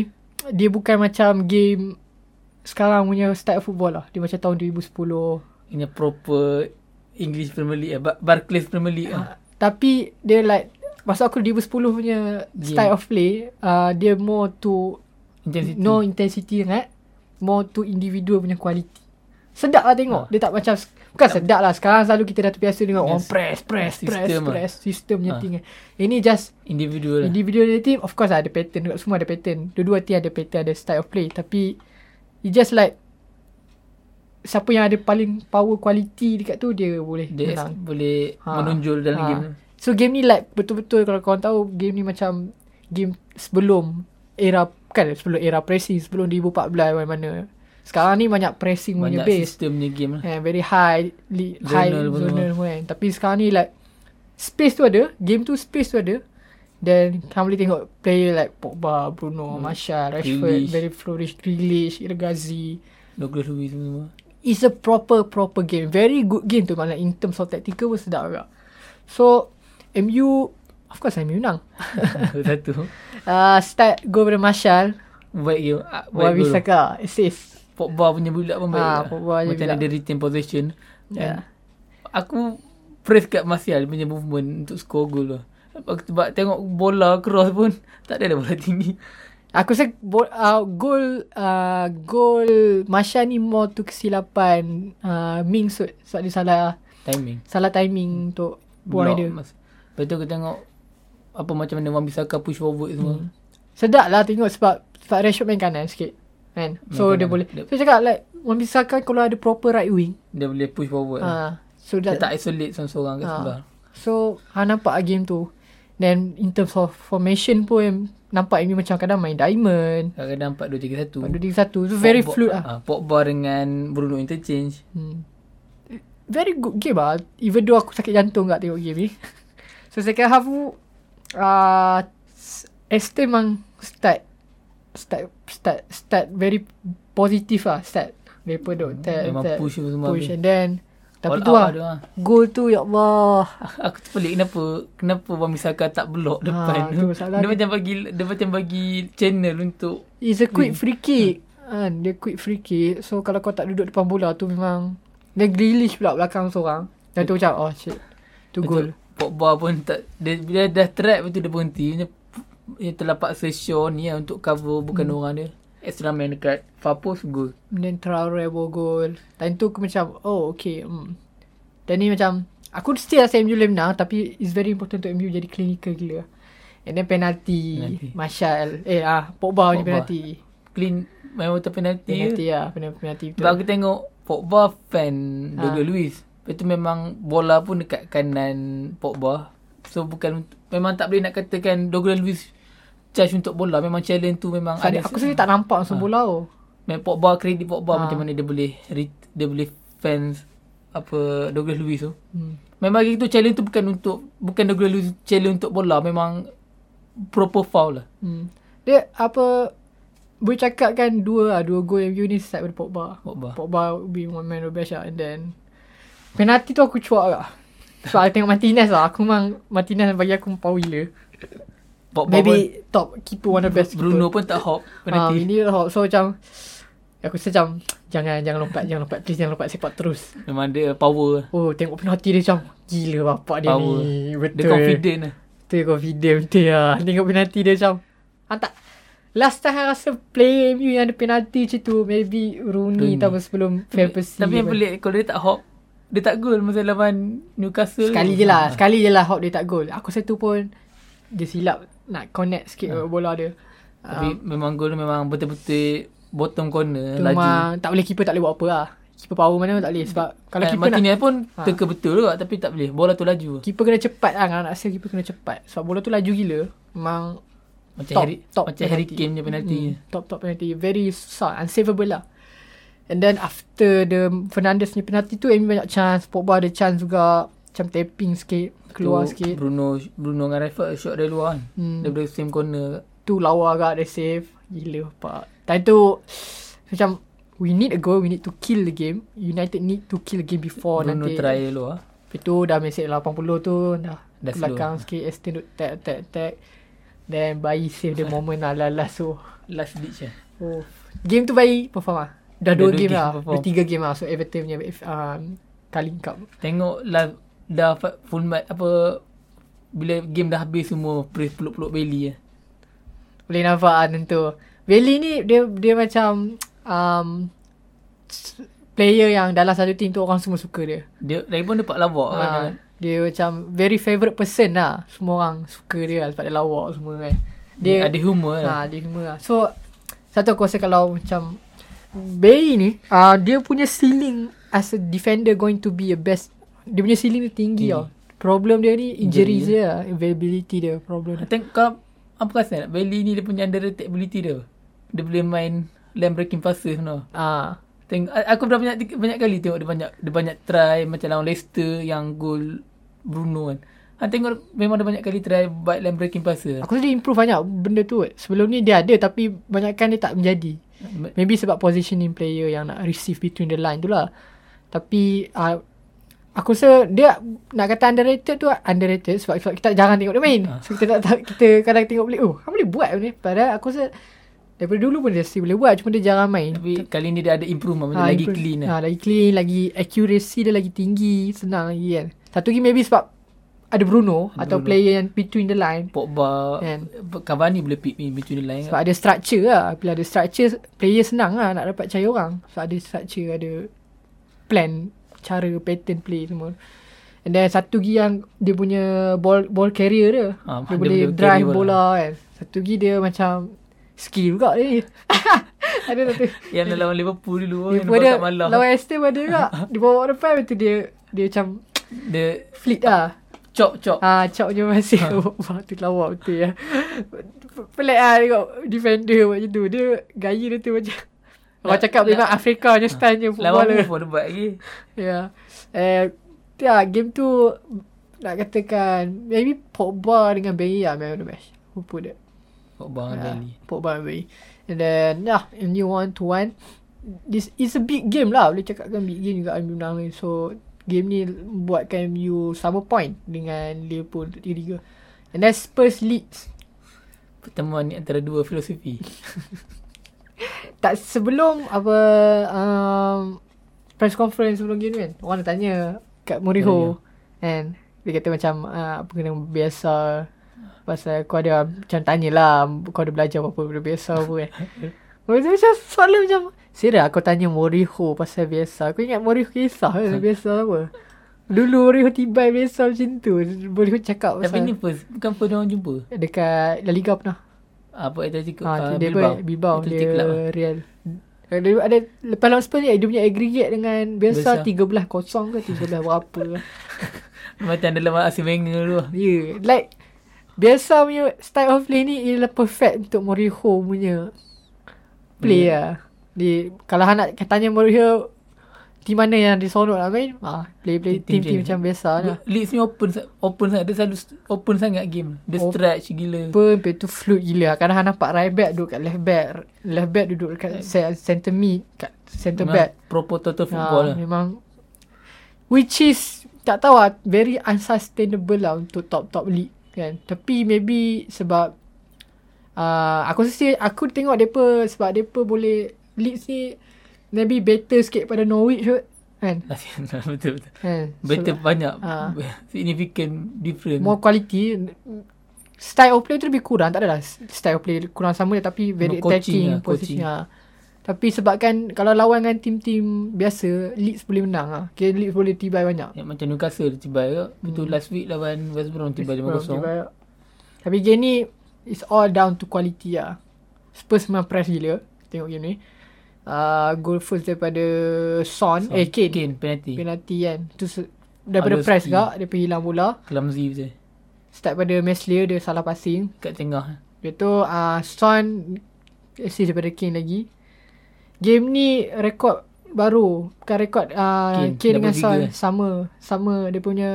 dia bukan macam game sekarang punya style football lah. Dia macam tahun 2010. Ini proper English Premier League eh. Bar- Barclays Premier League ah. Tapi dia like masa aku 2010 punya Yeah. style of play, uh, dia more to Intensity. no intensity sangat, more to individual punya quality. Sedap lah tengok. Ah. Dia tak macam bukan sedap lah. Sekarang selalu kita dah terbiasa dengan orang Yes. press, press, press, System lah. press, system punya Ah. thing. Ini just Individual lah. individual punya team. Of course lah, ada pattern dekat semua ada pattern. Dua-dua team ada pattern, ada style of play. Tapi it just like siapa yang ada paling power quality dekat tu dia boleh dia menang. boleh Ha. menonjol dalam Ha. game tu. So game ni like betul-betul kalau korang tahu game ni macam game sebelum era kan sebelum era pressing sebelum 2014 mana-mana. Sekarang ni banyak pressing punya Banyak base. sistem punya game lah. Eh, very high li, Zonal high pun zonal pun kan. Tapi sekarang ni like space tu ada, game tu space tu ada. Then kamu boleh tengok player like Pogba, Bruno, Martial, Rashford, Hmm. Grealish. very flourish, Grealish, Irgazi. Douglas Lewis semua. It's a proper proper game. Very good game tu malah in terms of tactical pun sedap juga. So MU of course MU menang. Satu. Uh, start go pada Martial, Baik game. ah, Baik Wabi gol. Saka assist. Pogba punya build up pun baik. Ah, lah. Pogba punya Ya. Macam build up. ada retain possession. Yeah. Aku praise kat Martial dia punya movement untuk score goal lah. Sebab- Sebab tengok bola cross pun tak ada lah bola tinggi. Aku rasa bo- uh, gol uh, gol Martial ni more tu kesilapan uh, Ming sut sebab dia salah Timing. salah timing untuk buang Block dia. mas- Lepas tu aku tengok apa macam mana Wan Bisaka push forward semua. Hmm. Sedap lah tengok sebab sebab Rashford main kanan sikit. Kan? So dia Main kanan. boleh. Dia- So cakap like Wan Bisaka kan kalau ada proper right wing. Dia boleh push forward. Ha, Ha, so dia that, tak isolate seorang-seorang kat Ha. sebelah. so ha nampak lah game tu. Then in terms of formation pun nampak ini macam kadang main diamond. Kadang-kadang 4 2 3 1. Padu di satu. So very fluid lah. Ha, Pogba dengan Bruno interchange. Hmm. Very good game lah. Even though aku sakit jantung kat tengok game ni. so second half tu. Uh, Aston memang start. Start. Start. Start very positif lah. Start. Mereka duk. Start, Hmm, Memang push tu semua. Push habis. and then. Tapi All tu out lah. dia orang. Goal tu ya Allah. Aku tu pelik kenapa Kenapa Wan Misaka tak blok depan Ha, tu tu masalah Dia dia. macam bagi Dia macam bagi channel untuk It's a quick free kick. Kan, dia quick free kick. So kalau kau tak duduk depan bola tu memang. Dia Grealish pula belakang seorang. Dan tu macam oh shit. Tu macam goal. Pogba pun tak dia, Bila dah trap tu dia berhenti Macam dia telah paksa Sean ni lah untuk cover bukan Hmm. orang dia Extra man dekat Far post goal Then Traore bawa gol. Time tu aku macam, oh okay. Hmm. Dan ni macam, aku still rasa MU boleh menang tapi it's very important untuk MU jadi clinical gila. And then penalty. Penalti. Marshall. Eh ah, Pogba punya Pogba. penalti. Clean Main water penalty Penalti penalty lah, penalti, penalti betul. Sebab aku tengok Pogba fan Ha. Douglas Luiz Lepas tu memang Bola pun dekat kanan Pogba So bukan untuk- Memang tak boleh nak katakan Douglas Luiz Charge untuk bola Memang challenge tu memang Sebab aku sendiri tak nampak Ah. langsung bola tu. Main Pogba kredit Pogba Ha. ha. macam mana dia boleh re- dia boleh fans apa Douglas Lewis tu. Hmm. Memang hari tu challenge tu bukan untuk bukan Douglas Lewis challenge untuk bola memang proper foul lah. Hmm. Dia apa, boleh cakap kan dua lah, dua gol MU ni start pada Pogba. Pogba. Pogba would be one man of the best lah. And then penalti tu aku cuak lah. Sebab aku tengok Martinez lah. Aku memang Martinez bagi aku power gila. Pogba pun, Maybe top keeper one of the best Bruno pun tak hop penalti. Um, penalti. ini lah. So macam aku rasa macam jangan jangan lompat jangan lompat please jangan lompat sepak terus. memang dia power. Oh tengok penalti dia macam gila bapak dia Power. ni. Betul. Dia confident lah. Betul confident betul lah. Tengok penalti dia macam hantar. Last time I rasa play MU yang ada penalti macam tu Maybe Rooney Rooney. tau sebelum Van Persie Tapi yang pun. pelik kalau dia tak hop dia tak gol masa lawan Newcastle. Sekali je tu. lah Ha. Sekali je lah Hop dia tak gol Aku satu pun Dia silap Nak connect sikit ha. bola dia Ah. Tapi Ah. memang gol dia memang betul-betul bottom corner Tu laju. memang Tak boleh keeper tak boleh buat apa lah Keeper power mana pun tak boleh Sebab Kalau Kalau eh, keeper nak Martinez pun Ha. teka betul juga tapi tak boleh. Bola tu laju. Keeper kena cepat lah Kalau nak rasa keeper kena cepat Sebab bola tu laju gila Memang Macam Top- Harry, top macam Harry penalty. Kane punya penalti. mm, Top top penalty Very susah Unsavable lah And then after the Fernandes ni penalti tu Amy banyak chance Pogba ada chance juga Macam tapping sikit Keluar Tu sikit Bruno Bruno dengan Rafa shot dari luar kan. Hmm. Hmm. Daripada same corner. tu lawa agak dia save gila pak time tu macam we need a goal we need to kill the game United need to kill the game Oh, before Bruno nanti try dari luar. lepas tu dah mesej 80 tu dah, Dah ke belakang sikit Aston duk tag tag tag then bayi save the moment lah lah lah so Last ditch lah. oh. game tu bayi perform lah dah dua game, lah perform. dah tiga game lah so Everton punya um, Kaling Cup Tengok last dah fa- full match apa bila game dah habis semua press peluk-peluk Bailey lah. Boleh nampak lah tentu. Bailey ni dia dia macam um, s- player yang dalam satu team tu orang semua suka dia. Dia lagipun dia pak lawak ha. kan. Ha, dia macam very favourite person lah. Semua orang suka dia lah sebab dia lawak semua kan. Dia, Dia, ada humor ha. lah. ha, dia semua lah. So satu aku rasa kalau macam Bailey ni uh, dia punya ceiling as a defender going to be a best dia punya ceiling ni tinggi Tinggi. tau. Problem dia ni injuries Hmm. Injury. dia, lah. availability dia problem. dia. Tengok kau apa rasa nak Bailey ni dia punya underrated ability dia. Dia boleh main lane breaking passes sebenarnya. Ah, Tengok, a- aku dah banyak banyak kali tengok dia banyak dia banyak try macam lawan Leicester yang gol Bruno kan. Ha, tengok memang dia banyak kali try buat line breaking pass dia. Aku rasa dia improve banyak benda tu. kot. Sebelum ni dia ada tapi banyakkan dia tak menjadi. Maybe sebab positioning player yang nak receive between the line tu lah. Tapi uh, aku rasa dia nak kata underrated tu underrated sebab, sebab kita jarang tengok dia main. Ah. So kita tak, tak kita kadang tengok boleh oh, apa boleh buat ni. Padahal aku rasa daripada dulu pun dia still boleh buat cuma dia jarang main. Tapi kali ni dia ada improvement macam Ah, lagi improve- clean ah, lah. lagi clean, lagi accuracy dia lagi tinggi, senang lagi kan. Satu lagi maybe sebab ada Bruno, Bruno. atau player yang between the line Pogba, Kan. Cavani boleh pick in between the line. Sebab ada structure lah. Bila ada structure, player senang lah nak dapat cari orang. Sebab ada structure, ada plan, cara, pattern play semua. And then satu lagi yang dia punya ball ball carrier dia. Ah, dia, dia boleh boleh carry drive bola. bola bola. kan. Satu lagi dia macam skill juga dia ni. ada satu. Yang dalam Liverpool dulu Dia yang pun ada kat malam. lawan Aston pun ada juga. Dia bawa depan lepas tu dia dia macam Dia flick lah. chop chop. Ah, cak je masih ha. Waktu lawak betul ya. Pelik lah tengok defender buat macam tu. Dia gaya dia tu macam. Orang La- cakap la- memang Afrika punya style je Lawan footballer. move pun dia buat lagi. Ya. Eh, ya, game tu nak katakan maybe Pogba dengan Bailly lah man of the match. Who put it? Kok bang Yeah, Dali. Pogba and Bailly. And then, yeah, and you one to one. This is a big game lah. Boleh cakapkan big game juga MU menang ni. So, game ni buatkan MU sama point dengan Liverpool 3-3. And then Spurs Leeds. Pertemuan ni antara dua filosofi. Tak sebelum apa um, press conference sebelum game ni kan. Orang dah tanya kat Mourinho. And dia kata macam uh, apa kena biasa pasal kau ada macam tanyalah kau ada belajar apa benda biasa apa kan. Lepas tu macam soalan macam Sira aku tanya Moriho pasal biasa Aku ingat Moriho kisah kan biasa apa Dulu Moriho tiba biasa macam tu Moriho cakap pasal Tapi ni first, bukan first orang jumpa. Dekat La Liga pernah Apa Atletico? Ha, Ah, dia Bilbao, Bilbao dia Athletic Club. lah. Real. Eh, Dia ada lepas lawan Spurs ni dia punya aggregate dengan biasa Biasa. 13-0 ke 13 berapa. Macam dalam Arsene Wenger tu lah. Ya, yeah. like biasa punya style of play ni ialah perfect untuk Mourinho punya play yeah. lah. Di kalau hang nak tanya Mourinho team mana yang disorok nak main, ah play play Team- team team-team je. macam biasa lah. Leeds ni open sa- open sangat. Dia selalu st- open sangat game. Dia Open. stretch gila. Apa Lepas tu fluid gila Kadang hang nampak right back Duduk kat left back Left back duduk kat se- Centre mid Kat centre back Eh. Memang proper Ah, total football football lah. Memang which is tak tahu lah very unsustainable lah untuk top-top league kan. Tapi maybe sebab uh, aku rasa aku tengok depa sebab depa boleh Leeds ni maybe better sikit pada Norwich kot kan. Betul betul. Kan. Better banyak. Ah. Significant So, difference. more quality style of play tu lebih kurang tak adalah style of play kurang sama dia tapi very Coaching attacking lah, position coaching. ha. tapi sebabkan kalau lawan dengan tim-tim biasa Leeds boleh menang ah. Okay, Leeds boleh tibai banyak. Yang macam Newcastle dia tibai ke. Hmm. Itu last week lawan West Brom tibai 5-0. Tiba- Tapi game ni It's all down to quality lah Spurs memang press gila Tengok game ni uh, Goal first daripada Son, Eh Kane, Kane penalty. Penalti kan tu se- Daripada Alowski. press juga Dia pergi hilang bola Clumsy betul. Start pada Meslier Dia salah passing Kat tengah. Lepas tu uh, Son Assist daripada Kane lagi Game ni Rekod baru Bukan rekod uh, Kane, Kane, Kane dengan double Son figure. Sama Sama dia punya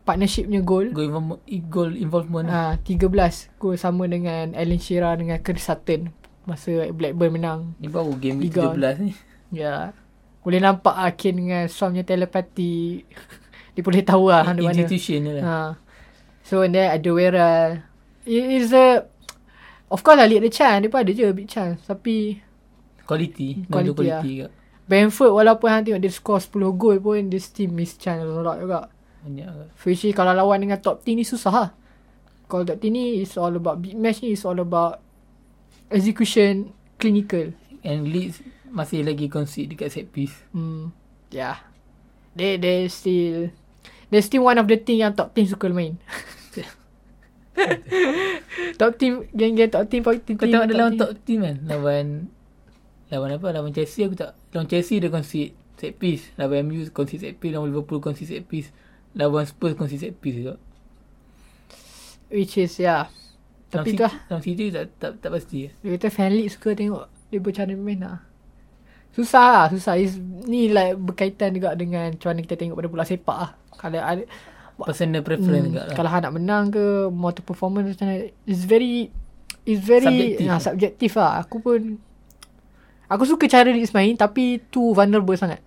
Partnership punya goal Goal involvement, goal involvement ha. Ah, 13 gol sama dengan Alan Shearer dengan Chris Sutton masa Blackburn menang. Ni baru game week Liga. 17 ni Ya. Yeah. Boleh nampak ah Kane dengan Son punya telepati. dia boleh tahu lah hang di mana. Institution je lah Ha. So and then Adewera. It is a Of course lah League the chance Dia pun ada je big chance Tapi Quality Quality Quality, quality lah. Benford walaupun hang tengok Dia score 10 gol pun Dia still miss chance a lot juga Banyak agak Which is kalau lawan dengan top team ni susah lah. Kalau top team ni is all about big match ni is all about execution clinical. And Leeds Masih lagi concede dekat set piece Hmm. Yeah. They they still they still one of the thing yang top team suka main. top team geng-geng top team top team. Kau tengok top dia lawan team. top team kan Lawan Lawan apa Lawan Chelsea aku tak Lawan Chelsea dia concede set piece Lawan MU concede set piece Lawan Liverpool concede set piece Lawan Spurs concede set piece juga which is yeah. Lawan Tapi City- tu lah Lawan City tak, tak, tak pasti dia kata fan league suka tengok dia bercara main lah. Susah lah, susah. Is, ni like berkaitan juga dengan macam mana kita tengok pada bola sepak lah. Kalau ada, Personal preference Hmm, juga lah Kalau hang nak menang ke More to performance macam mana It's very It's very subjektif, Subjektif. ha, subjektif lah Aku pun Aku suka cara Leeds main Tapi too vulnerable sangat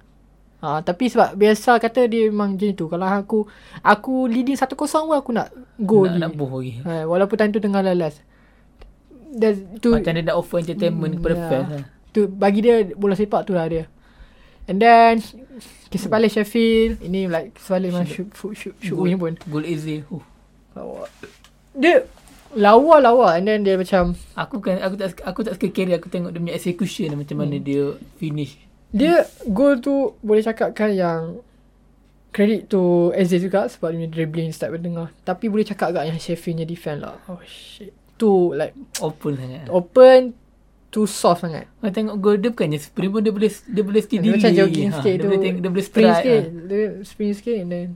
ha, Tapi sebab Biasa kata dia memang macam tu Kalau aku Aku leading 1-0 pun aku nak Go Nak, lagi nak boh lagi ha, Walaupun time tu tengah lalas That's, tu, Macam dia nak offer entertainment Hmm, kepada ya. fans lah tu bagi dia bola sepak tu lah dia. And then kisah balik Sheffield ini like sebalik masuk shoot shoot, shoot win pun. Goal easy huh. Lawa. Dia lawa-lawa and then dia macam Aku kan aku tak aku tak suka carry aku tengok dia punya execution Hmm. macam mana dia finish. dia gol tu boleh cakapkan yang Credit to Aziz juga sebab dia punya dribbling start berdengar. Tapi boleh cakap agak yang Sheffield punya defend lah. Oh shit. Tu like Open sangat. open too soft sangat. Kau tengok gol dia bukannya sprint pun dia boleh dia boleh steady. Dia macam jogging sikit Ha, dia tu. boleh tengok, dia boleh sprint strike. sikit. Sikit. Dia sprint sikit and then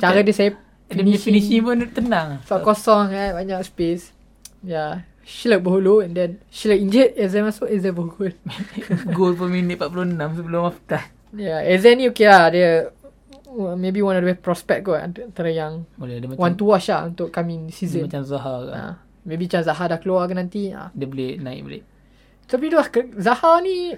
cara dia saya Dia punya finishing pun tenang. sebab kosong kan banyak space. Ya. Yeah. Sheila berhulu and then Sheila injured Ezra masuk Ezra bergol. gol per minit 46 sebelum half time. Ya, yeah, Ezra ni okay lah. Dia uh, maybe one of the best prospect kot antara yang Boleh dia one macam to watch lah untuk coming dia season. macam Zaha kan. Ha. Maybe macam Zaha dah keluar ke nanti. Ha. Dia boleh naik balik. Tapi tu lah, ke- Zaha ni...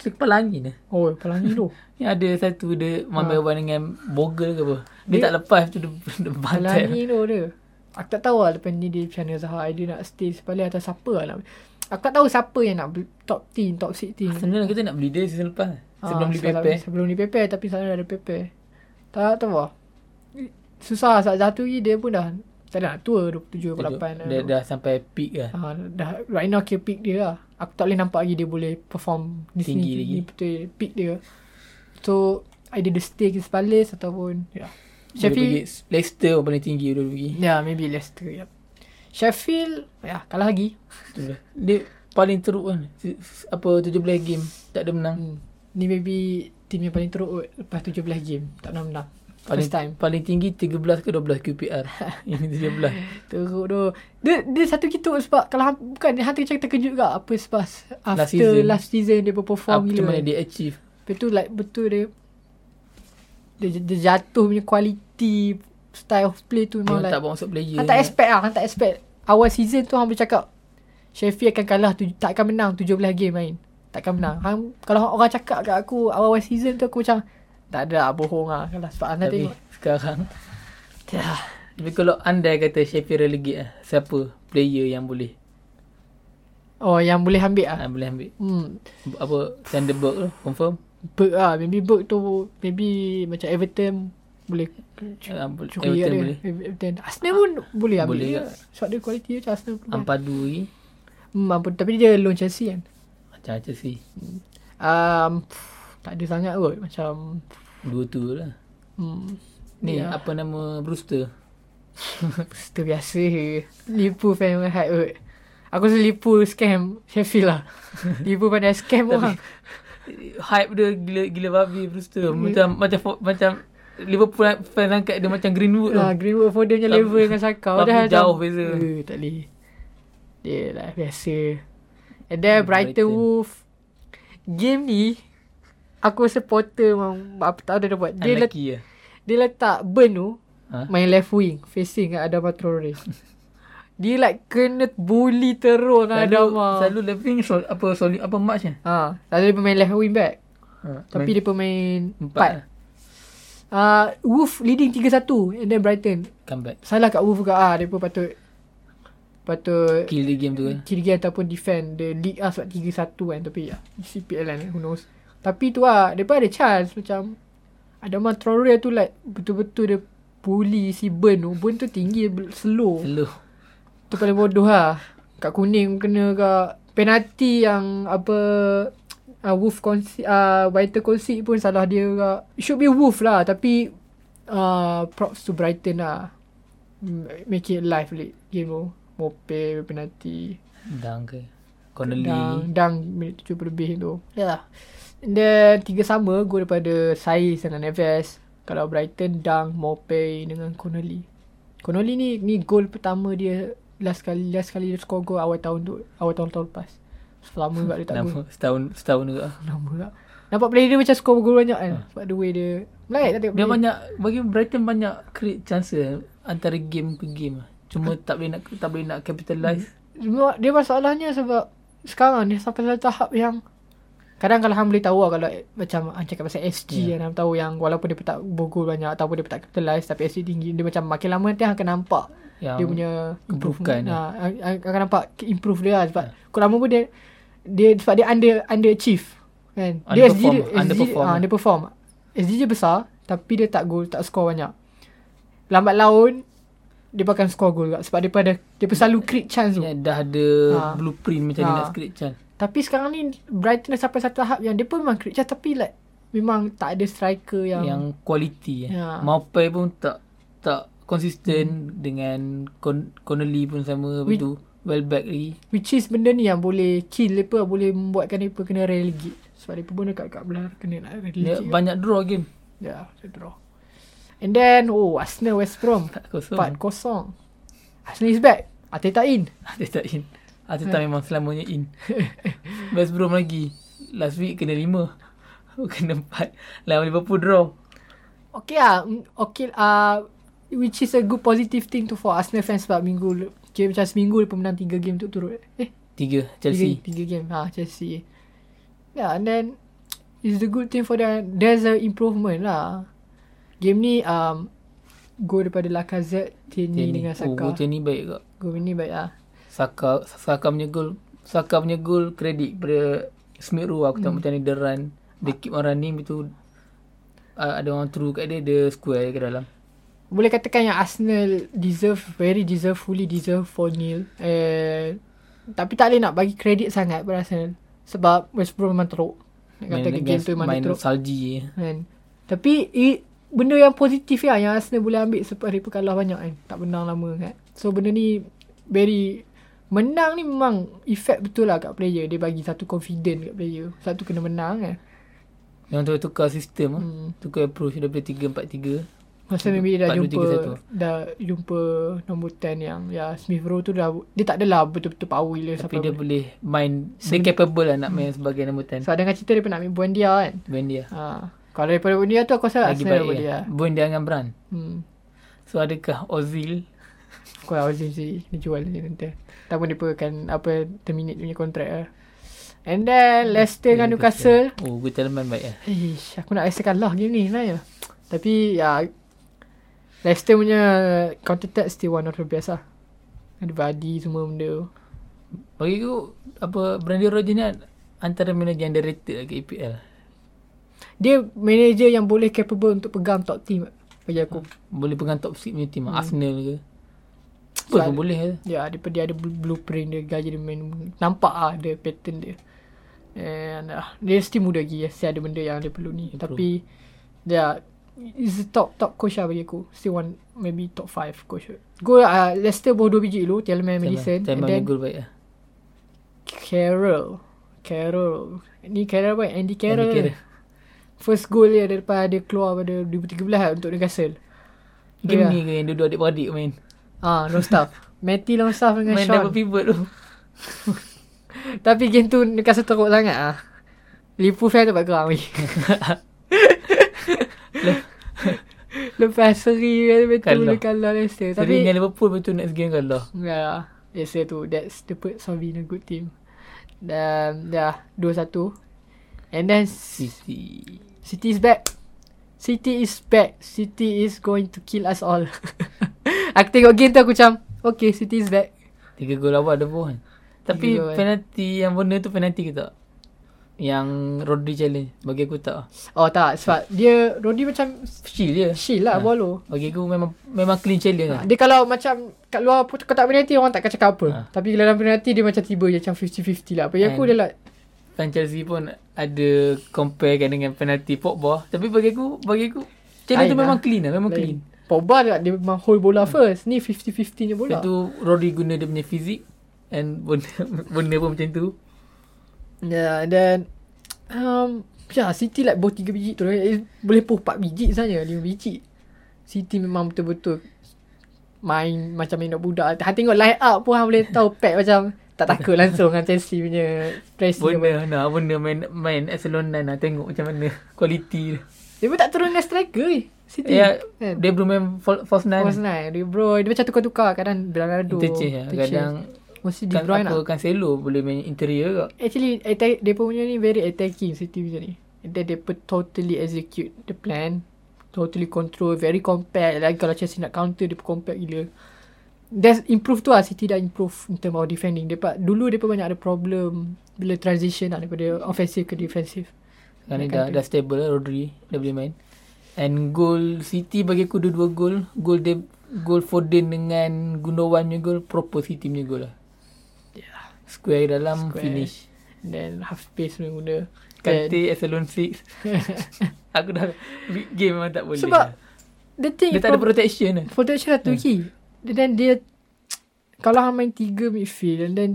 Kepala angin eh. Oh, pelangi tu. Yang ada satu dia main ha. dengan Bogle ke apa. Dia, Dia- tak lepas tu dia, dia bantai. pelangi tu dia. Aku tak tahu lah lepas ni dia macam mana Zaha. Dia nak stay sebalik atas siapa lah. Nak. Aku tak tahu siapa yang nak beli top team, top 6 team. Sebenarnya kita nak beli dia season lepas. Sebelum beli Ah, sebelum- Pepe. Sebelum ni Pepe tapi sana dah ada Pepe. Tak tahu lah. Susah saat satu lagi dia pun dah tak ada nak tua 27 Dia, 28 dia dah sampai peak lah. Ha, dah right now okay peak dia lah. Aku tak boleh nampak lagi dia boleh perform di Tinggi sini. lagi. Ni betul peak dia. So either dia stay ke Palace ataupun ya. Yeah. Boleh Sheffield pergi Leicester pun paling tinggi dia pergi. ya yeah, maybe Leicester ya. Yeah. Sheffield ya yeah, kalah lagi. Itulah. Dia paling teruk kan. Se- se- Apa 17 game tak ada menang. Hmm. Ni maybe team yang paling teruk kot lepas 17 game tak pernah menang. Paling, First time. paling tinggi 13 ke 12 QPR. Ini 17. Teruk tu. Dia, dia satu gitu sebab kalau bukan dia hati macam terkejut juga apa sebab after last season, season. last season dia berperform Apa gila. macam mana dia achieve. Lepas tu like betul dia dia, dia jatuh punya kualiti style of play tu memang Dia like tak bawa masuk player. hang tak expect lah, hang tak expect. Awal season tu hang boleh cakap Sheffield akan kalah tu, tak akan menang 17 game main. Takkan menang. Hang kalau orang cakap kat aku awal-awal season tu aku macam tak ada lah, bohong lah kalah sebab hang dah Tapi tengok. sekarang. ya. Dah. Tapi kalau andai kata Sheffield relegate lah. Siapa player yang boleh? Oh yang boleh ambil lah. Ha, boleh ambil. Hmm. Apa Thunderbird tu confirm. Berg lah Maybe Berg tu Maybe macam Everton Boleh Ah, bo- Curi Everton dia Ya. boleh. Everton Arsenal pun boleh ambil Boleh dia juga. Sebab dia kualiti dia macam Arsenal pun kan. Ampadu lagi. hmm, ampun. Tapi dia loan Chelsea kan Macam-macam sih. um, pff, Tak ada sangat kot Macam Dua tu lah. hmm, Ni Ya. apa nama Brewster? Itu biasa je Liverpool fan orang hype kot Aku rasa Liverpool scam Sheffield lah Liverpool pandai scam orang Hype dia gila gila babi Brewster. Mm-hmm. Macam macam fo- macam Liverpool fan angkat dia macam Greenwood tu. lah, Greenwood Foden punya Tapi- level dengan Saka tapi Padahal jauh macam, beza. eh, Tak boleh Dia lah biasa And then Hmm, Brighton Brighton. Wolf Game ni Aku rasa Potter memang Apa tak ada dia buat dia, let, Unlucky lah. dia letak Burn tu Ha? Main left wing Facing kat Adama Traore Dia like Kena bully terus dengan Selalu, Adama selalu left wing sol, apa soli, apa match ni? ha, Selalu dia pemain left wing back Ha, Tapi main dia pemain empat Empat lah. uh, Wolf leading 3-1 And then Brighton Come back. Salah kat Wolf juga ah, Dia pun patut Patut Kill the game tu kan. kiri dia ataupun defend the league ah sebab 3-1 kan tapi ya CPL kan who knows tapi tu lah depa ada chance macam ada Man Traore tu like betul-betul dia bully si Burn tu Burn tu tinggi bel- slow Slow. tu paling bodoh lah kat kuning kena kat penalti yang apa uh, Wolf konsi uh, White konsi pun salah dia kat should be Wolf lah tapi uh, props to Brighton lah M- make it live late game tu Mope penalti Dang ke. Connolly. Dang, dang minit 70 lebih tu. Ya lah. And then tiga sama gol daripada Saiz dengan Neves. Kalau Brighton, Dang, Mopey dengan Connolly. Connolly ni ni gol pertama dia last kali last kali dia score gol awal tahun tu awal tahun tahun lepas. Selama juga dia tak Nama gol. setahun setahun juga. Lama tak. Nampak player dia macam score gol banyak kan. Sebab the way dia Melayu tak tengok Dia player. banyak bagi Brighton banyak create chances eh, antara game ke game. lah. Cuma tak boleh nak tak boleh nak capitalize. Mm-hmm. Sebab dia masalahnya sebab sekarang dia sampai satu tahap yang kadang kalau hang boleh tahu lah kalau eh, macam hang cakap pasal SG Ya. yeah. kan hang tahu yang walaupun dia pun tak bergol banyak ataupun dia pun tak capitalize tapi SG tinggi dia macam makin lama nanti hang akan nampak Yang eh. dia punya keburukan ha, hang- hang akan nampak improve dia lah sebab Ya. yeah. lama pun dia dia sebab dia under under achieve kan dia SG dia, Underperform, SG underperform. eh. ha, dia perform SG dia besar tapi dia tak gol tak score banyak lambat laun dia akan score gol juga sebab dia pada dia pun selalu create chance tu Yang eh, dah ada Ha. blueprint macam Ha. ha. nak script kan. Tapi sekarang ni Brighton dah sampai satu tahap yang dia pun memang create chance tapi like memang tak ada striker yang, yang, yang quality eh. Ya. Maupai pun tak tak konsisten hmm. dengan Con- Connolly pun sama We- With... tu. Welbeck lagi. which is benda ni yang boleh kill mereka boleh membuatkan mereka kena relegate sebab mereka pun dekat kat belah kena nak Ya, relegate. banyak draw game. Ya, yeah, dia draw. And then oh Arsenal West Brom 4-0. 4-0. Arsenal is back. Arteta in. Arteta in. Eh. Arteta memang selamanya in. West Brom lagi. Last week kena 5. Kena 4. Lawan Liverpool draw. Okay ah, mm, okay ah, which is a good positive thing to for Arsenal fans sebab minggu le- kira macam seminggu dia menang 3 game tu turut. Eh, 3 Chelsea. 3, 3 game. Ha, Chelsea. Yeah, and then it's the good thing for them. There's a improvement lah. Game ni um, go daripada Lacazette, Tierney Tierney. dengan Oh, Saka. Tierney ni baik kak. Go ni baik lah. Saka Saka punya gol Saka punya gol kredit pada Smith Rowe Hmm. aku tengok macam ni dia run dia keep on running itu uh, ada orang through kat dia dia square ke dalam boleh katakan yang Arsenal deserve very deserve fully deserve 4-0 eh, tapi tak boleh nak bagi kredit sangat pada Arsenal sebab West Brom memang teruk nak kata Main game against- tu memang dia main teruk salji je. kan tapi it, benda yang positif lah yang Arsenal boleh ambil sebab mereka kalah banyak kan tak menang lama kan so benda ni very menang ni memang effect betul lah kat player dia bagi satu confident kat player satu kena menang kan Yang tu tukar sistem ah. Hmm. Tukar approach daripada 3-4-3 Masa maybe dia dah 4-2-3-1. jumpa Dah jumpa Nombor 10 yang Ya Smith Rowe tu dah Dia tak adalah betul-betul power dia Tapi sampai dia boleh. Hmm. boleh main Dia capable lah nak main sebagai nombor 10 Sebab dengan cerita dia pernah ambil Buendia kan Buendia dia ha. Kalau daripada Buendia tu aku rasa Lagi baik Arsenal ya. Buendia Buendia dengan Brand hmm. So adakah Ozil Kau Azim si Dia jual je nanti Tak pun dia pun akan Apa Terminate dia punya kontrak lah And then Leicester dengan Newcastle Oh Gutelman baik lah Ish, aku nak rasa kalah game ni sebenarnya. Tapi ya Leicester punya counter attack still one of the best lah. Ada Vardy semua benda. Bagi aku apa Brandon Rodgers ni antara manager yang underrated lah ke EPL. Dia manager yang boleh capable untuk pegang top team bagi aku. Boleh pegang top seed punya team hmm. Arsenal ke. Apa pun boleh lah. Ya, dia, dia ada bl- blueprint dia, gaya dia main. Nampak ah ada pattern dia. And ah, dia still muda lagi, still ada benda yang dia perlu ni. Improve. Tapi dia is the top top coach lah bagi aku. Still one maybe top 5 coach. Go uh, Leicester bawa 2 biji dulu, Tielemans Madison and Time then main gol baik lah. Carroll. Carroll. Ni Carroll apa? Andy Carroll. Andy Carroll. First goal dia daripada keluar pada 2013 lah untuk Newcastle. Dia- Game ni ke yang dua-dua adik-beradik main. Ah, no staff. Matty long staff dengan Main Sean. double pivot tu. Tapi game tu Newcastle teruk sangat ah. Liverpool fan ah, dapat geram ni. Lepas seri betul Kalah. dia kalah Leicester. Tapi Seri Tapi dengan Liverpool betul next game kan lah. kalah. ya, Leicester tu that's the put Sobi in a good team. Dan dah 2-1. And then City. City is back. City is back. City is going to kill us all. aku tengok game tu aku macam, okay City is back. Tiga gol awal ada pun. Tapi Tiga gol, eh. penalti yang benar tu penalti ke tak? Yang Rodri challenge. Bagi aku tak. Oh tak, sebab dia Rodri macam Shield je. chill lah ha. bola. Bagi aku memang memang clean challenge lah. Ha, dia kalau macam kat luar put- kotak penalti orang takkan cakap apa. Ha. Tapi kalau dalam penalti dia macam tiba je macam 50-50 lah. Bagi aku Ah. And- dia lah Fan Kan Chelsea pun ada comparekan dengan penalti Pogba. Tapi bagi aku, bagi aku challenge tu Lain memang lah. clean lah. Memang lain. clean. Hmm. Pogba dia, dia memang hold bola first. Ni 50-50 je bola. Lepas tu Rory guna dia punya fizik. And benda, benda pun macam tu. Yeah, and Ya, then um, yeah, City like both 3 biji tu. Eh, Boleh pull 4 biji saja, 5 biji. City memang betul-betul main macam main budak. Han tengok line up pun Han boleh tahu pack macam tak takut langsung dengan Chelsea punya pressing. apa. Benda nak, benda main, main Epsilon 9 lah. Tengok macam mana kualiti dia. Dia pun tak turun dengan striker eh. City. Ya, kan? dia belum main fal- false 9. First night Dia bro Dia macam tukar-tukar Kadang Bernardo Interchange lah. Kadang Mesti De kan, Bruyne apa lah Cancelo boleh main interior kak. Actually attack, Dia punya ni Very attacking City macam ni And then Dia pun totally execute The plan Totally control Very compact Lagi kalau Chelsea nak counter Dia pun compact gila That's improve tu lah City dah improve In term of defending dia, pa- Dulu dia pun banyak ada problem Bila transition lah Daripada offensive ke defensive Sekarang Dia ni Kan dah, kata. dah stable lah Rodri. Dia boleh main. And goal City bagi aku dua-dua gol. Gol dia gol Foden dengan Gundogan punya gol. Proper City punya gol lah. Yeah Square dalam Ya. Square. Hmm, finish. Kan And then half space punya guna Kante as alone six Aku dah big Game memang tak boleh Sebab The thing Dia is tak ada prob- protection lah Protection satu Hmm. key Dan dia Kalau hang main tiga midfield And then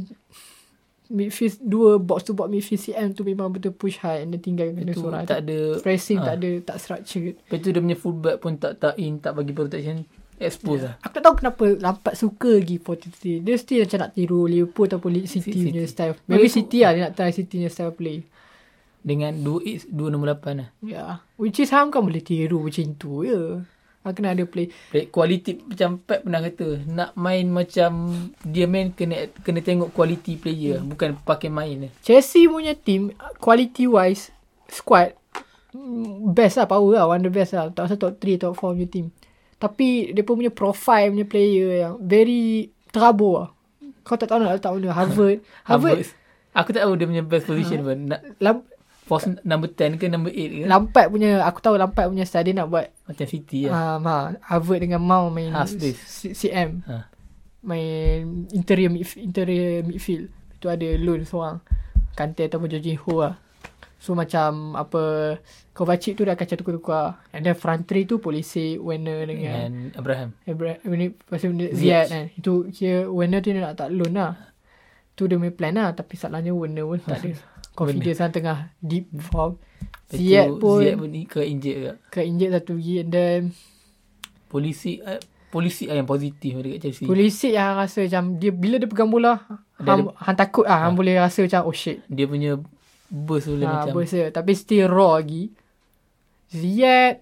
Midfield Dua box to box midfield CM tu memang betul push high And then tinggal kena Itu surat tak ada Pressing Ah. tak ada Tak structured Lepas tu dia punya fullback pun tak tak in Tak bagi protection Expose lah Aku tak tahu kenapa Lampard suka lagi 4-3 Dia still macam nak tiru Liverpool ataupun Leeds City, City. punya style Maybe Liverpool- City lah Dia nak try City punya style play Dengan 2 dua nombor 8 lah Yeah Which is hang kan boleh tiru macam tu je Hang kena ada play Like, Quality macam Pep pernah kata Nak main macam Dia main kena kena tengok quality player lah, Hmm. Bukan pakai main lah Chelsea punya team Quality wise Squad mm, Best lah power lah One of the best lah Tak pasal top 3 Top 4 punya team Tapi Dia punya profile punya player Yang very Terabur lah Kau tak tahu nak letak mana Harvard Harvard Hmm. Havertz. Aku tak tahu dia punya best position pun Nak Lam, Force number 10 ke number 8 ke Lampard punya Aku tahu Lampard punya style Dia nak buat Macam City lah yeah. um, ha, Harvard dengan Mount main Ha, space. C- CM ha. Main Interior midf- Interior midfield Itu ada loan seorang Kante ataupun Jorginho lah So macam Apa Kovacic tu dah kacau tukar-tukar And then front three tu Polisi Werner dengan Dengan Abraham Abra- ini pasal benda Ziyech. Ziyad kan Itu kira Werner tu dia nak tak loan lah Tu dia punya plan lah Tapi salahnya Werner pun tak ada Confidence lah tengah Deep form Lepas tu, Ziyad Ziyech pun pun ni ke injek juga Keinjek satu lagi And then Polisi uh, Polisi lah yang positif dekat Chelsea Pulisic yang hang rasa macam dia bila dia pegang bola hang, hang takut ah hang boleh rasa macam oh shit. Dia punya Burst tu boleh Ha, macam bersa, tapi still raw lagi. Ziyad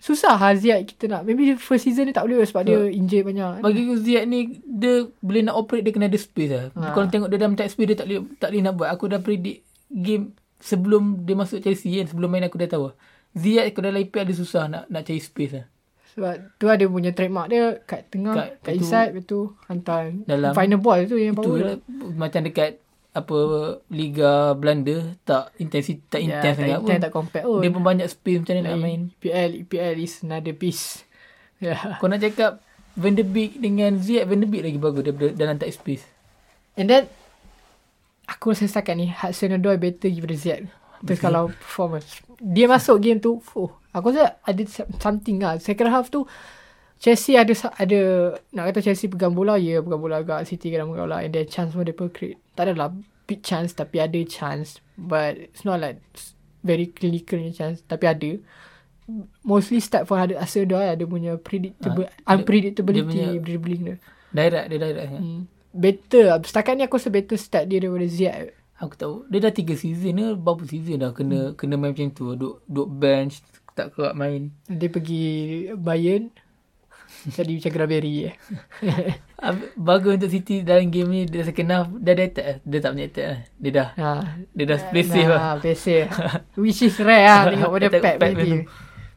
susah ha Ziyad kita nak. Maybe first season dia tak boleh sebab dia injured banyak. Bagi aku Ziyad ni Dia boleh nak operate Dia kena ada space lah ha. Ha. Kalau tengok dia dalam tight space Dia tak boleh, tak boleh nak buat Aku dah predict Game Sebelum dia masuk Chelsea kan Sebelum main aku dah tahu lah. Ziyad kalau dalam IPL Dia susah nak, nak cari space lah sebab tu ada punya trademark dia kat tengah, Kat- kat, kat itu- inside betul hantar Dalam- final ball tu yang Itu power. lah, Macam dekat Apa Liga Belanda Tak intensity Tak Ya, intense sangat tak pun intense tak compare pun. Dia pun banyak space Macam mana nak Lain. main EPL EPL is another beast. Ya. Yeah. Kau nak cakap Van de Beek dengan Ziyech Van de Beek lagi bagus daripada dalam tight space. And then Aku rasa setakat ni Hudson Odoi better daripada Ziyad Terus kalau performance Dia masuk game tu oh, Aku rasa ada some- something lah Second half tu Chelsea ada sa- ada Nak kata Chelsea pegang bola Ya yeah, pegang bola agak City kena pegang bola And then chance pun mereka create Tak adalah big chance Tapi ada chance But it's not like s- Very clinical punya chance Tapi ada Mostly start for Ada Hudson Odoi Ada punya predictable Ah, dia- Unpredictability dia punya- dribbling dia Direct dia direct eh. sangat. Hmm. Better lah. Setakat ni aku rasa better start dia daripada Ziyad. Aku tahu dia dah 3 season ni berapa season dah kena kena main macam tu. Duk duk bench tak keluar main. Dia pergi Bayern. jadi macam Gravery eh. Ab- Bagus untuk City dalam game ni dia second half dia ada attack. lah. Dia tak punya attack lah. Dia dah ha. dia dah play safe lah. Ha, play safe. Which is rare lah tengok pada Tengok Pep Pep Pep, tu. dia.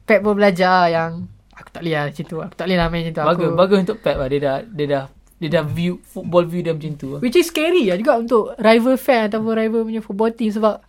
Pep pun belajar yang aku tak boleh lah macam tu. Aku tak boleh lah main macam tu. Bagus aku, bagus untuk Pep lah. Dia dah dia dah dia dah view football view dia macam tu. lah. Which is scary lah juga untuk rival fan ataupun rival punya football team sebab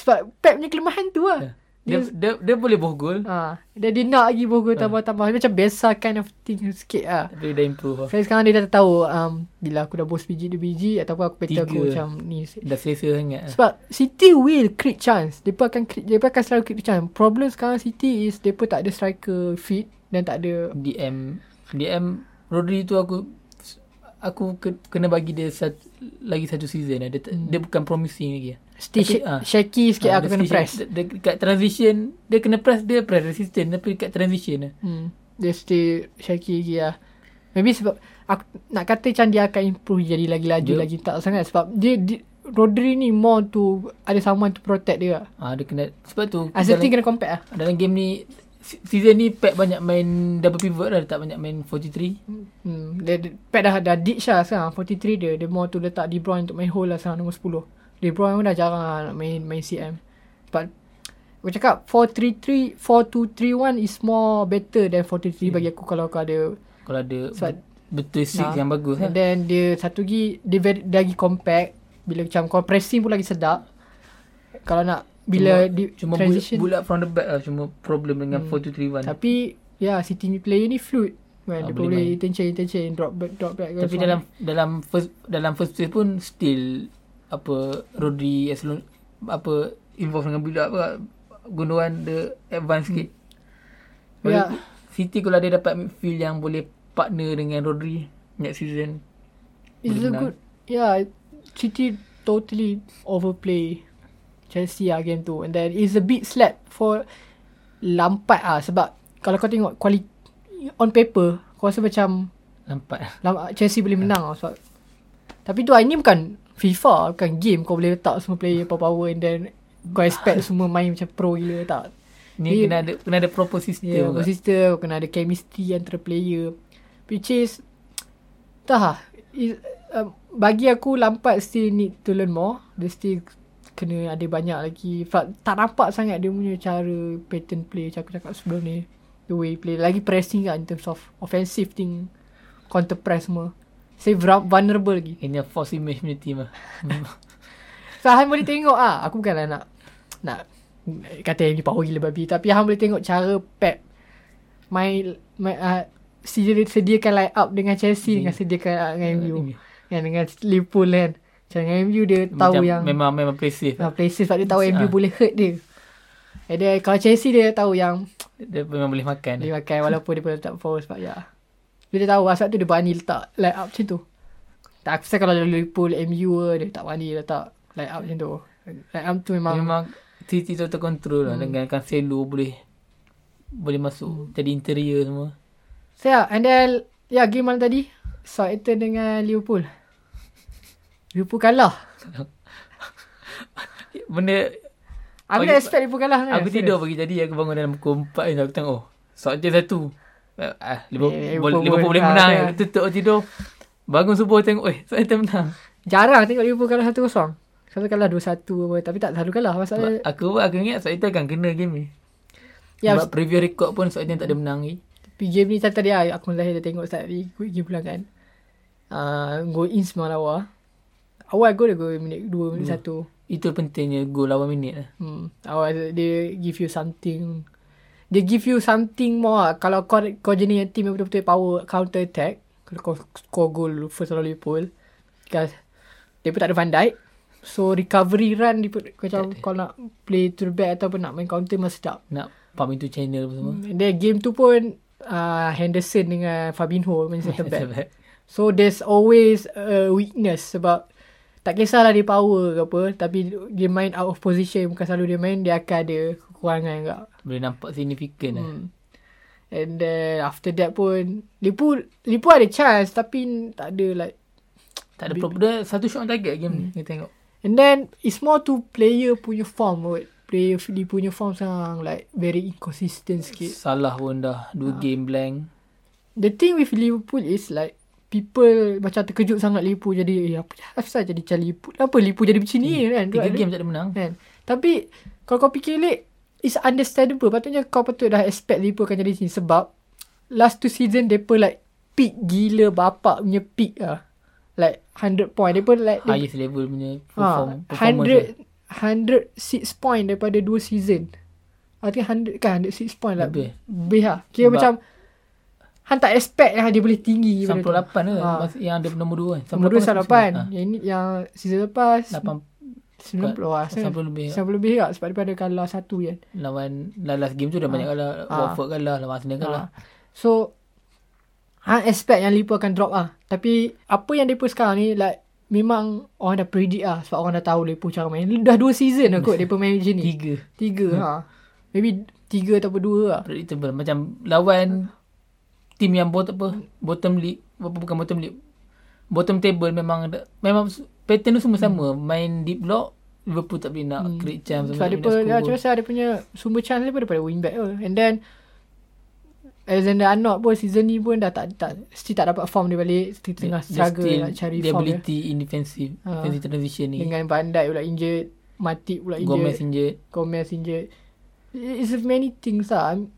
sebab Pep punya kelemahan tu Ya. lah. Eh. Dia Dia- dia, dia boleh boh gol Ha. Dan dia nak lagi bogo Ha. tambah-tambah. Dia Macam biasa kind of thing sikit lah. tapi dia dah improve lah. Saya sekarang dia dah tahu um, bila aku dah bos biji dua biji ataupun aku peta Tiga. Ah. aku macam ni. Dah selesa sangat. lah. Sebab City will create chance. Depa akan create, depa akan selalu create chance. Problem sekarang City is depa tak ada striker fit dan tak ada DM DM Rodri tu aku aku ke- kena bagi dia satu, lagi satu season lah. Dia, hmm. dia bukan promising lagi. still Tapi, sh- ah, shaky sikit Ah, aku dia kena still- press. dia- Dia, dekat transition dia kena press dia press resistant tapi dekat transition lah. Hmm. Dia still shaky lagi lah. Maybe sebab aku nak kata macam dia akan improve jadi lagi laju Dia- lagi tak sangat sebab dia, dia Rodri ni more to ada someone to protect dia. Ah dia kena sebab tu As a dalam, team kena compare lah. dalam game ni se- season ni Pep banyak main double pivot lah dia tak banyak main 4-3. Hmm, dia, dia- Pep dah, dah ditch lah sekarang 43 dia Dia more tu letak De Bruyne untuk main hole lah sekarang nombor 10 De Bruyne pun dah jarang lah nak main, main CM Sebab Aku cakap 4-3-3 4-2-3-1 is more better than 4-3-3 Hmm. bagi aku kalau kau ada Kalau ada Sebab- bet- betul six Nah, yang bagus lah. And then dia satu lagi Dia, very, dia lagi compact Bila macam kau pressing pun lagi sedap Kalau nak Bila cuma, di, cuma bulat, transition Hmm. bulat from the back lah cuma problem dengan 4-2-3-1. Tapi Ya yeah, City ni player ni fluid Kan, Ah, dia boleh main. boleh interchange, interchange, drop back, drop back. Tapi so- dalam dalam first dalam first phase pun still apa Rodri as long apa involved dengan build up lah. Gundogan dia advance sikit. Kalau Ya. City kalau dia dapat midfield yang boleh partner dengan Rodri next season. It's a Boleh menang. good Yeah City totally overplay Chelsea lah game tu And then it's a big slap for Lampard ah Sebab Kalau kau tengok quali On paper Kau rasa macam Nampak. Lam- Chelsea boleh menang lah sebab Tapi tu ah, ini bukan FIFA Bukan game Kau boleh letak semua player power-power And then Kau expect semua main macam pro gila tak Ni Dia- kena ada kena ada proper system Ya, yeah, kot. konsisten kena ada chemistry antara player. Which is tak lah. Is, um, bagi aku Lampard still need to learn more. Dia still kena ada banyak lagi. Fa- Tak nampak sangat dia punya cara pattern play macam aku cakap sebelum ni. The way play. Lagi pressing lah in terms of offensive thing. Counter press semua. Saya vra- vulnerable lagi. Ini false image punya team lah. So Han boleh tengok ah. Aku bukanlah nak nak kata yang ni power gila babi tapi Han boleh tengok cara Pep main main uh, sedia, sediakan line up dengan Chelsea Hmm. dengan sediakan uh, dengan MU. Yang dengan Liverpool kan. Macam dengan MU dia tahu Macam yang memang memang play safe. uh, places sebab dia tahu Ah. MU boleh hurt dia. And then, kalau Chelsea dia tahu yang Dia memang boleh makan. dia pakai walaupun dia boleh letak forward sebab ya. Dia tahu sebab tu dia berani letak line up macam tu. Tak aku rasa kalau Liverpool MU ke, dia tak berani letak line up macam tu. Line up tu memang, Hmm. memang Memang City tu terkontrol lah dengan Cancelo boleh boleh masuk jadi interior semua. saya and then ya game malam tadi Southampton dengan Liverpool. Liverpool kalah. Benda Aku Oh, tak you- expect Liverpool kalah sebenarnya. aku tidur pagi tadi aku bangun dalam pukul 4 ni aku tengok oh Southampton satu. Ah, Ah, Eh, Liverpool, Liverpool Liverpool, Liverpool boleh menang, menang. kan? Aku tutup tidur. Bangun subuh tengok eh Southampton menang. Jarang tengok Liverpool kalah 1-0. Selalu kalah 2-1 apa. Tapi tak selalu kalah. Masalah, Sebab Aku aku ingat Southampton akan kena game ni. Eh. ya, Sebab preview record pun Southampton tak ada menang lagi. Tapi game ni tadi tadi lah aku lahir dah tengok start ni ikut game pula kan. Uh, go in semalam awal. Awal gol dia gol minit 2, minit 1. Itu pentingnya gol lawan minit lah. Hmm. Awal dia give you something. Dia give you something more lah. Kalau kau, kau jenis yang team yang betul-betul power counter attack. Kalau kau score goal first lawan Liverpool. Because dia pun tak ada Van Dijk. So recovery run dia pun, macam kau nak play to the back ataupun nak main counter masih sedap. Nak pump into channel apa semua. And then game tu pun uh, Henderson dengan Fabinho main center back. Sebab So there's always a weakness sebab tak kisahlah dia power ke apa tapi dia main out of position bukan selalu dia main dia akan ada kekurangan juga. Boleh nampak signifikan lah. Hmm. And then after that pun Liverpool Liverpool ada chance tapi tak ada like Tak ada problem. Dia satu shot on target game ni. Hmm. Kita tengok. and then it's more to player punya form kot. Player dia punya form sangat like very inconsistent sikit. Ah. Salah pun dah. Dua game blank. The thing with Liverpool is like People macam terkejut sangat Liverpool jadi eh, apa asal jadi macam Liverpool apa Liverpool jadi macam ni kan Hmm. Tiga Sebab- game tak ada menang. kan. Tapi kalau kau fikir balik it's understandable. Patutnya kau patut dah expect Liverpool akan jadi sini sebab last two season depa like peak gila bapak punya peak ah. Like 100 point. Depa like dia- Highest level punya perform, ha, performance. 100 106 point daripada dua season. I think 100 kan 106 point lah. Lebih. Lebih lah. Kira Sebab- dia. macam Han tak expect yang dia boleh tinggi benda tu. 98 ke? Ha. Mas- Yang ada nombor 2 kan? Nombor 2 98. 98. Yang ni yang season lepas 8 90 lah. 90 90 lebih. lebih lah sebab daripada kalah satu kan. Lawan la- last game tu Ah. dah banyak kalah. Watford kalah. Lawan Arsenal kalah. Ha. So Han expect yang Liverpool akan drop ah. Tapi apa yang Liverpool sekarang ni like memang orang dah predict ah sebab orang dah tahu Liverpool cara main. Dah dua season dah kot Liverpool main macam ni. Tiga. Hmm. Tiga ha. Maybe tiga ataupun dua lah. Predictable. Macam lawan team yang bottom apa? Bottom league. Apa, bukan bottom league. Bottom table memang ada- memang s- pattern tu semua sama. Main deep block. Liverpool tak boleh nak create chance. Hmm. Sebab tak dia boleh pun nak ya, score macam goal. mana dia punya sumber chance dia pun daripada wingback tu. And then Alexander Arnold pun season ni pun dah tak, tak still tak dapat form dia balik. Still tengah Dia struggle still- nak cari dia form dia. ability in defensive. Ha. Defensive transition ni. Dengan Van Dijk pula injured. Matip pula injured. Gomez injured. Gomez injured. It's many things lah. I'm-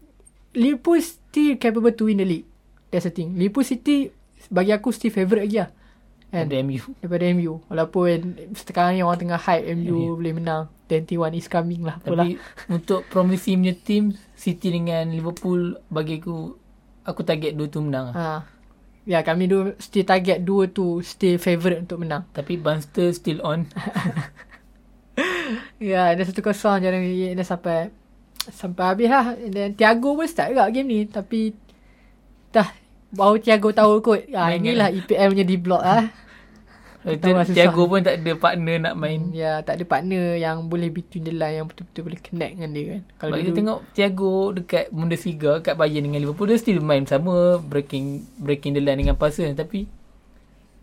Liverpool still capable to win the league. That's the thing. Liverpool City bagi aku still favourite lagi lah. Kan? Ada MU. Daripada MU. Walaupun sekarang ni orang tengah hype MU boleh menang. 21 is coming lah. Apalah. Tapi untuk promising punya team City dengan Liverpool bagi aku aku target dua tu menang. Ha. ha. Ya kami dua still target dua tu still favourite untuk menang. Tapi Bunster still on. Ya, yeah, dia satu kosong je dia, dia sampai sampai habis lah. And then Thiago pun start juga game ni. Tapi dah baru Thiago tahu kot. Ha, Ingat. inilah EPL punya D-block lah. Itu Tahu lah susah. Thiago pun tak ada partner nak main. Ya, yeah, tak ada partner yang boleh between the line yang betul-betul boleh connect dengan dia kan. Kalau Kalau kita dulu, tengok Thiago dekat Bundesliga kat Bayern dengan Liverpool dia still main sama breaking breaking the line dengan passer tapi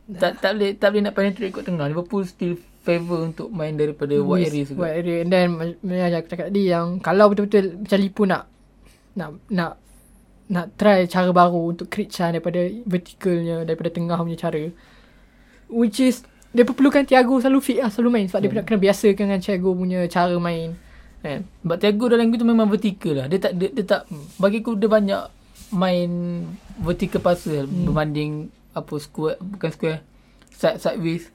tak tak boleh tak boleh nak penetrate kot tengah. Liverpool still favor untuk main daripada wide area Yes, juga. Wide area. And then ma- macam aku cakap tadi yang kalau betul-betul macam Lipu nak nak nak nak try cara baru untuk create chance daripada verticalnya daripada tengah punya cara which is dia perlukan Thiago selalu fit lah selalu main sebab Hmm. yeah. dia kena biasa dengan Thiago punya cara main kan Sebab Thiago dalam game tu memang vertikal lah. Dia tak dia, dia tak bagi aku dia banyak main vertical passer berbanding apa square bukan square side sideways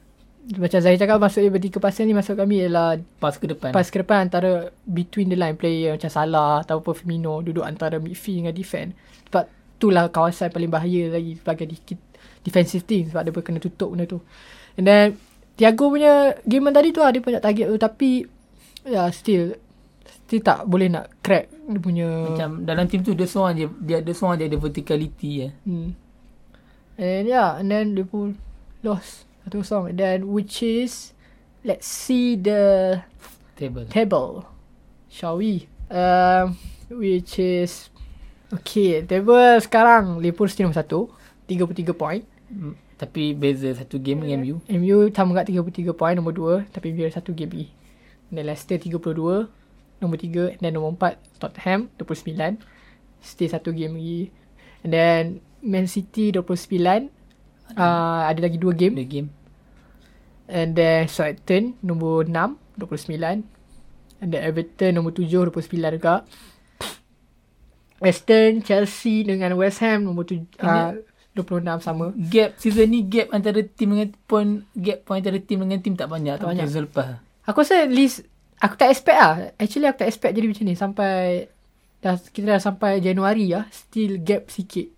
macam Zahir cakap maksudnya vertical passing ni maksud kami ialah pass ke depan. Pas ke depan antara between the line player macam Salah ataupun Firmino duduk antara midfield dengan defend. Sebab itulah kawasan paling bahaya lagi sebagai di- defensive team sebab dia boleh kena tutup benda tu. And then Thiago punya game yang tadi tu lah, dia punya target tu tapi ya still still tak boleh nak crack dia punya Macam dalam team tu dia seorang je dia ada seorang je ada verticality ya. hmm. And yeah, and then dia pun lost 1-0 and then which is let's see the Table. table, shall we? Um, which is okay. Table sekarang Liverpool still nombor satu, 33 point. Mm, Tapi beza satu game dengan MU. MU sama kat 33 point nombor dua, tapi dia satu GB. Dan Leicester 32, nombor tiga, and then nombor empat Tottenham 29. Still satu game lagi. And then Man City 29. Uh, ada lagi dua game. The game. And then Southampton nombor 6, 29. And then Everton nombor 7, 29 juga. Western, Chelsea dengan West Ham nombor 7, uh, 26 sama. Gap season ni gap antara team dengan point gap point antara team dengan team tak banyak Tak tak banyak banyak. season lepas. Aku rasa list, aku tak expect lah. Actually aku tak expect jadi macam ni sampai dah kita dah sampai Januari lah still gap sikit.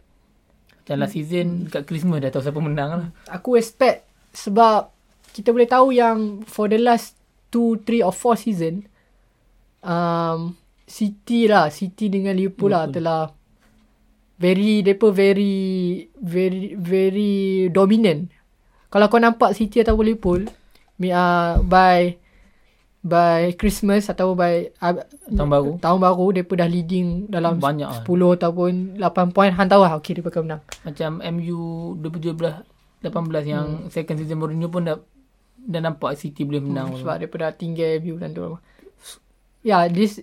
Macam last season dekat Christmas dah tahu siapa menang lah. Aku expect sebab kita boleh tahu yang for the last 2, 3 or 4 season um, City lah, City dengan Liverpool, lah Liverpool. telah very, mereka very, very, very dominant. Kalau kau nampak City atau Liverpool mi- uh, by by Christmas atau by uh, Tahun baru. tahun baru mereka dah leading dalam Banyak lah. 10 ataupun 8 point hang tahu lah okey mereka menang Macam MU 2017 18 yang Hmm. second season Mourinho pun dah dah nampak City boleh menang. Hmm, Sebab daripada tinggal view dan tu. Yeah, this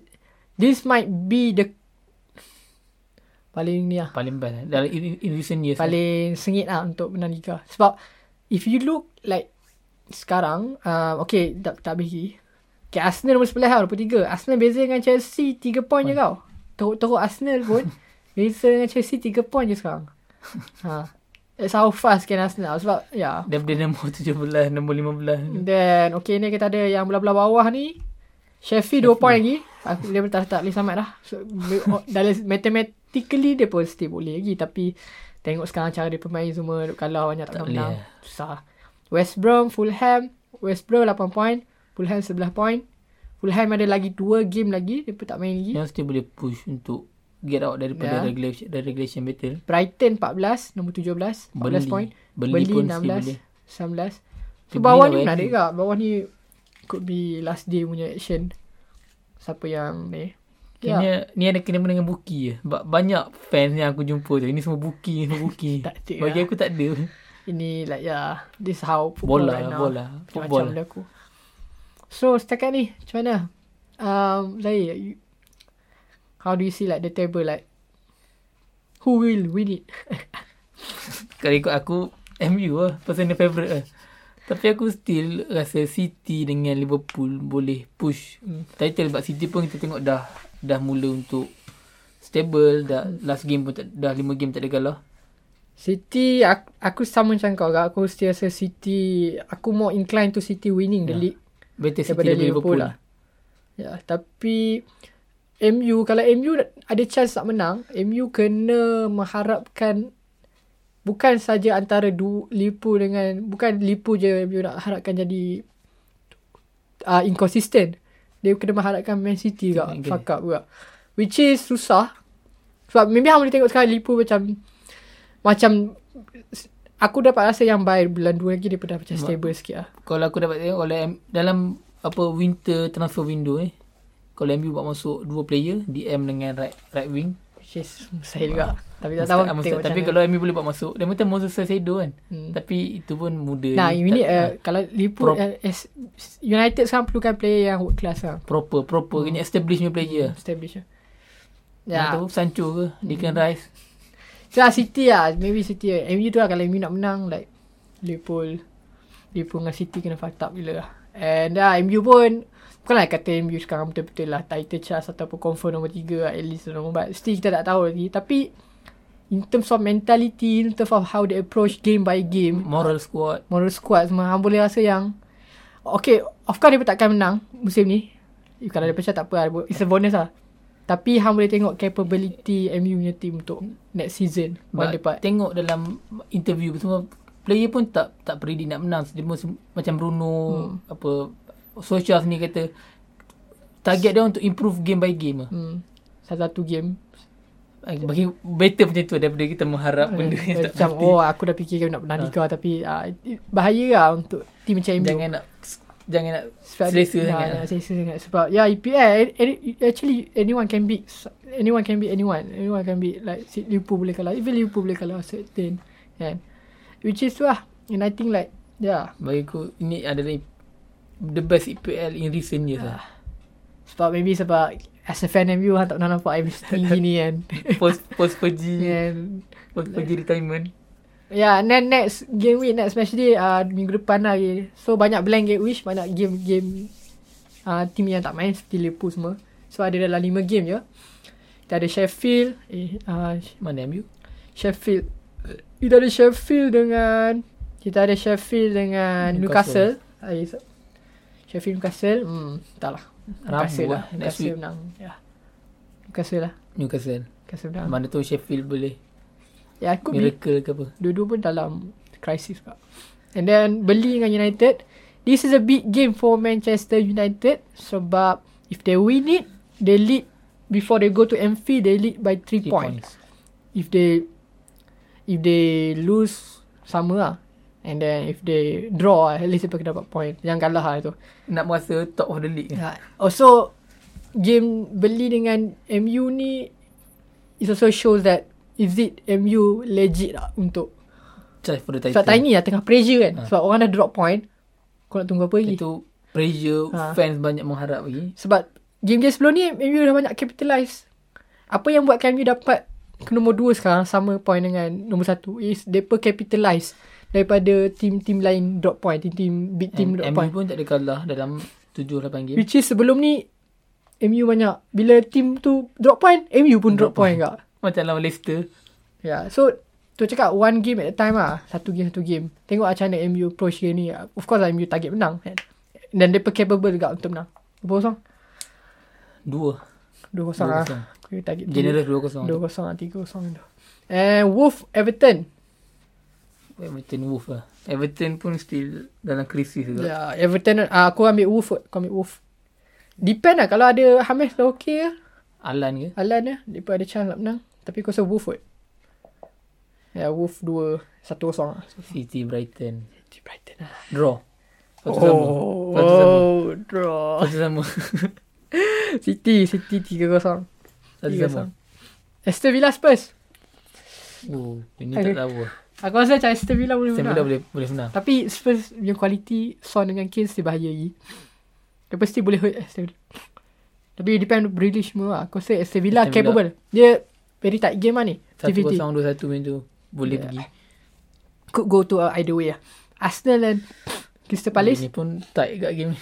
this might be the paling ni lah. Paling best eh. dalam in, in recent years. Paling sengit lah untuk menang liga. Sebab if you look like sekarang, uh, okay, tak, tak habis lagi. Okay, Arsenal nombor 11 lah, 23. Arsenal beza dengan Chelsea 3 point je kau. Teruk-teruk Arsenal pun beza dengan Chelsea 3 point je sekarang. ha. That's how fast can Arsenal. Sebab, ya. Yeah. Daripada lah. nombor 17, nombor 15. Hmm. Then okay ni kita ada yang belah-belah bawah ni. Sheffield 2 point lagi. Aku dia tak tak boleh selamat dah. So, be- o- dalam mathematically dia pun still boleh lagi tapi tengok sekarang cara dia bermain semua duk kalah banyak tak, Tak tak boleh, menang. Susah. West Brom, Fulham, West Brom 8 point, Fulham 11 point. Fulham ada lagi 2 game lagi, dia pun tak main lagi. Yang still boleh push untuk get out Ya. daripada regulation, regulation battle. Brighton 14, nombor 17, 14 Burnley. point. Burnley Burnley pun 16, still boleh. 19. So Burnley bawah ni lawan menarik Everton. juga. Bawah ni could be last day punya action. Siapa yang ni. Ya. Kena ni ada kena dengan buki je. Sebab banyak fans yang aku jumpa tu. Ini semua buki, semua buki. Tak ada Bagi lah. aku tak ada. Ini like yeah. This how football Bola, lah, right now. bola. Macam Football. benda aku. So setakat ni macam mana? Um, Zahir, you, how do you see like the table like who will win it? Kalau ikut aku, MU lah. Personal favourite lah. Tapi aku still rasa City dengan Liverpool boleh push Hmm. title. Sebab City pun kita tengok dah dah mula untuk stable. Dah last game pun tak, dah lima game tak ada kalah. City aku, aku sama macam kau Kak. aku still rasa City aku more inclined to City winning the Ya. league Better City daripada daripada Liverpool, Liverpool. lah. Ya, tapi MU kalau MU ada chance nak menang, MU kena mengharapkan bukan saja antara du, Liverpool dengan bukan Liverpool je MU nak harapkan jadi uh, ah, inconsistent. Dia kena mengharapkan Man City juga. Okay. Okay. Fuck up juga. Which is susah. Sebab maybe aku boleh tengok sekali Liverpool macam macam aku dapat rasa yang baik bulan 2 lagi daripada macam stable sikit lah. Kalau aku dapat tengok kalau M- dalam apa winter transfer window eh. Kalau MU buat masuk dua player DM dengan right right wing. Which is mustahil juga. Tapi tak tahu Mustad- tengok mustad. macam Tapi mana. kalau MU boleh buat masuk, dia macam Moses Saido kan. Hmm. Tapi itu pun muda. Nah, ni, ini tak- uh, kalau Liverpool Pro- uh, as- United sekarang perlukan player yang world class lah. proper proper kena establish punya player. Establish lah. Ya. Ya. Tahu Sancho ke, Declan Rice. So lah, City lah. Maybe City lah. MU tu lah kalau MU nak menang like Liverpool. Liverpool dengan City kena fucked up gila lah. And lah MU pun Bukanlah kata MU sekarang betul-betul lah title charge ataupun confirm nombor 3 lah at least nombor 4. Still kita tak tahu lagi. Tapi in terms of mentality, in terms of how they approach game by game, Moral squad. moral squad semua hang boleh rasa yang okay of course dia takkan menang musim ni Eh, kalau dia pecah tak apa lah. it's a bonus lah tapi hang boleh tengok capability MU punya team untuk next season buat But depan tengok dalam interview semua player pun tak tak predict nak menang. Dia musim, macam Bruno Hmm. apa Solskjaer ni kata target dia untuk improve game by game lah. hmm, satu-satu game Bagi better macam tu daripada kita mengharap benda yang Hmm. tak macam pasti. oh aku dah fikir nak menang Liga tapi ah, it- bahaya lah untuk team macam MU Jangan nak jangan nak Sebab selesa dia- sangat. lah. Ya, ya, selesa sangat. Sebab ya EPL any- any, actually anyone can beat s- anyone can beat anyone. Anyone can beat like si- Liverpool boleh kalah. Even Liverpool boleh kalah certain. Kan. Which is tu lah. And I think like ya, yeah. Bagi aku ini adalah the best EPL in recent years Ah. lah. Sebab maybe sebab as a fan MU hang tak pernah nampak I'm tinggi ni kan. Post post Fergie, And post Fergie retirement. yeah, and then Ya, next game week next match day uh, minggu depan lah. Okay. So banyak blank game wish, banyak game-game uh, team yang tak main seperti Liverpool semua. So ada dalam 5 game je. Kita ada Sheffield, eh, uh, Mana MU? Sheffield. Kita ada Sheffield dengan kita ada Sheffield dengan Newcastle. Newcastle. Newcastle. Sheffield Newcastle. Hmm, tak lah. Newcastle Rabu lah. lah next Newcastle week menang. Ya. Newcastle lah. Newcastle. Newcastle menang. Mana tu Sheffield boleh Ya, aku be miracle ke apa. dua-dua pun dalam crisis kak. And then beli dengan United. This is a big game for Manchester United sebab if they win it, they lead before they go to Anfield, they lead by 3 Three points. if they if they lose sama lah and then if they draw lah, at least dia kena dapat point yang kalah lah tu Nak merasa top of the league. Yeah. yeah. also game beli dengan MU ni it also shows that is it MU legit lah untuk Charge for the sebab title. time ni lah tengah pressure kan sebab orang dah drop point kau nak tunggu apa lagi Itu pressure Ha. fans banyak mengharap lagi. sebab game-game sebelum ni MU dah banyak capitalise apa yang buatkan MU dapat ke nombor 2 sekarang sama point dengan nombor 1 is depa capitalise daripada team-team lain drop point team-team big team And drop MU point pun tak ada kalah dalam 7-8 game. which is sebelum ni MU banyak bila team tu drop point MU pun drop, Drop point juga Macam lawan Leicester. yeah Ya, so tu cakap one game at a time lah satu game satu game tengok macam mana MU approach game ni of course lah MU target menang kan dan depa capable juga untuk menang 2-0 2. 2-0 lah 2-0. Aku target tiga. Generous 2-0. 2-0 lah 3-0 tu And Wolf Everton Everton Wolf lah. Everton pun still dalam krisis Ya juga. yeah, Everton uh, Aku ambil Wolf kot. Aku ambil Wolf Depend lah Kalau ada Hames dah okay lah Alan ke? Alan lah Dia pun ada chance nak menang Tapi aku rasa Wolf kot Ya yeah, Wolf 2 1-0 lah City Brighton. Di Brighton lah Draw. Satu sama. Oh, Satu sama. oh Draw Satu sama. City City 3-0 Satu sama. 3-0 Aston Villa Spurs Oh, ini Okay. tak tahu lah. Aku rasa macam Aston Villa boleh Aston Villa menang boleh boleh menang. Tapi Spurs punya kualiti Son dengan Kane still bahaya lagi. Dia pasti boleh hurt Aston Villa. Tapi depend on Grealish semua lah. Aku rasa Aston Villa Aston Villa. capable. Dia very tight game lah ni. 1-0, 50-50. 2-1 macam tu. Boleh Yeah. pergi. Could go to uh, either way lah. Arsenal and Crystal Palace. Ini pun tight kat game ni.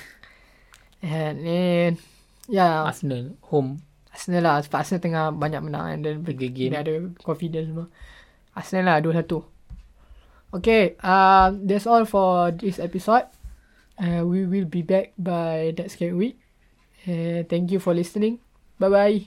And then ya. yeah, Arsenal. Home. Arsenal lah. Sebab Arsenal tengah banyak menang. And then Tiga game. dia ada confidence semua. Arsenal lah 2-1. Okay, uh, that's all for this episode. Uh, we will be back by next game week. Uh, thank you for listening. Bye-bye.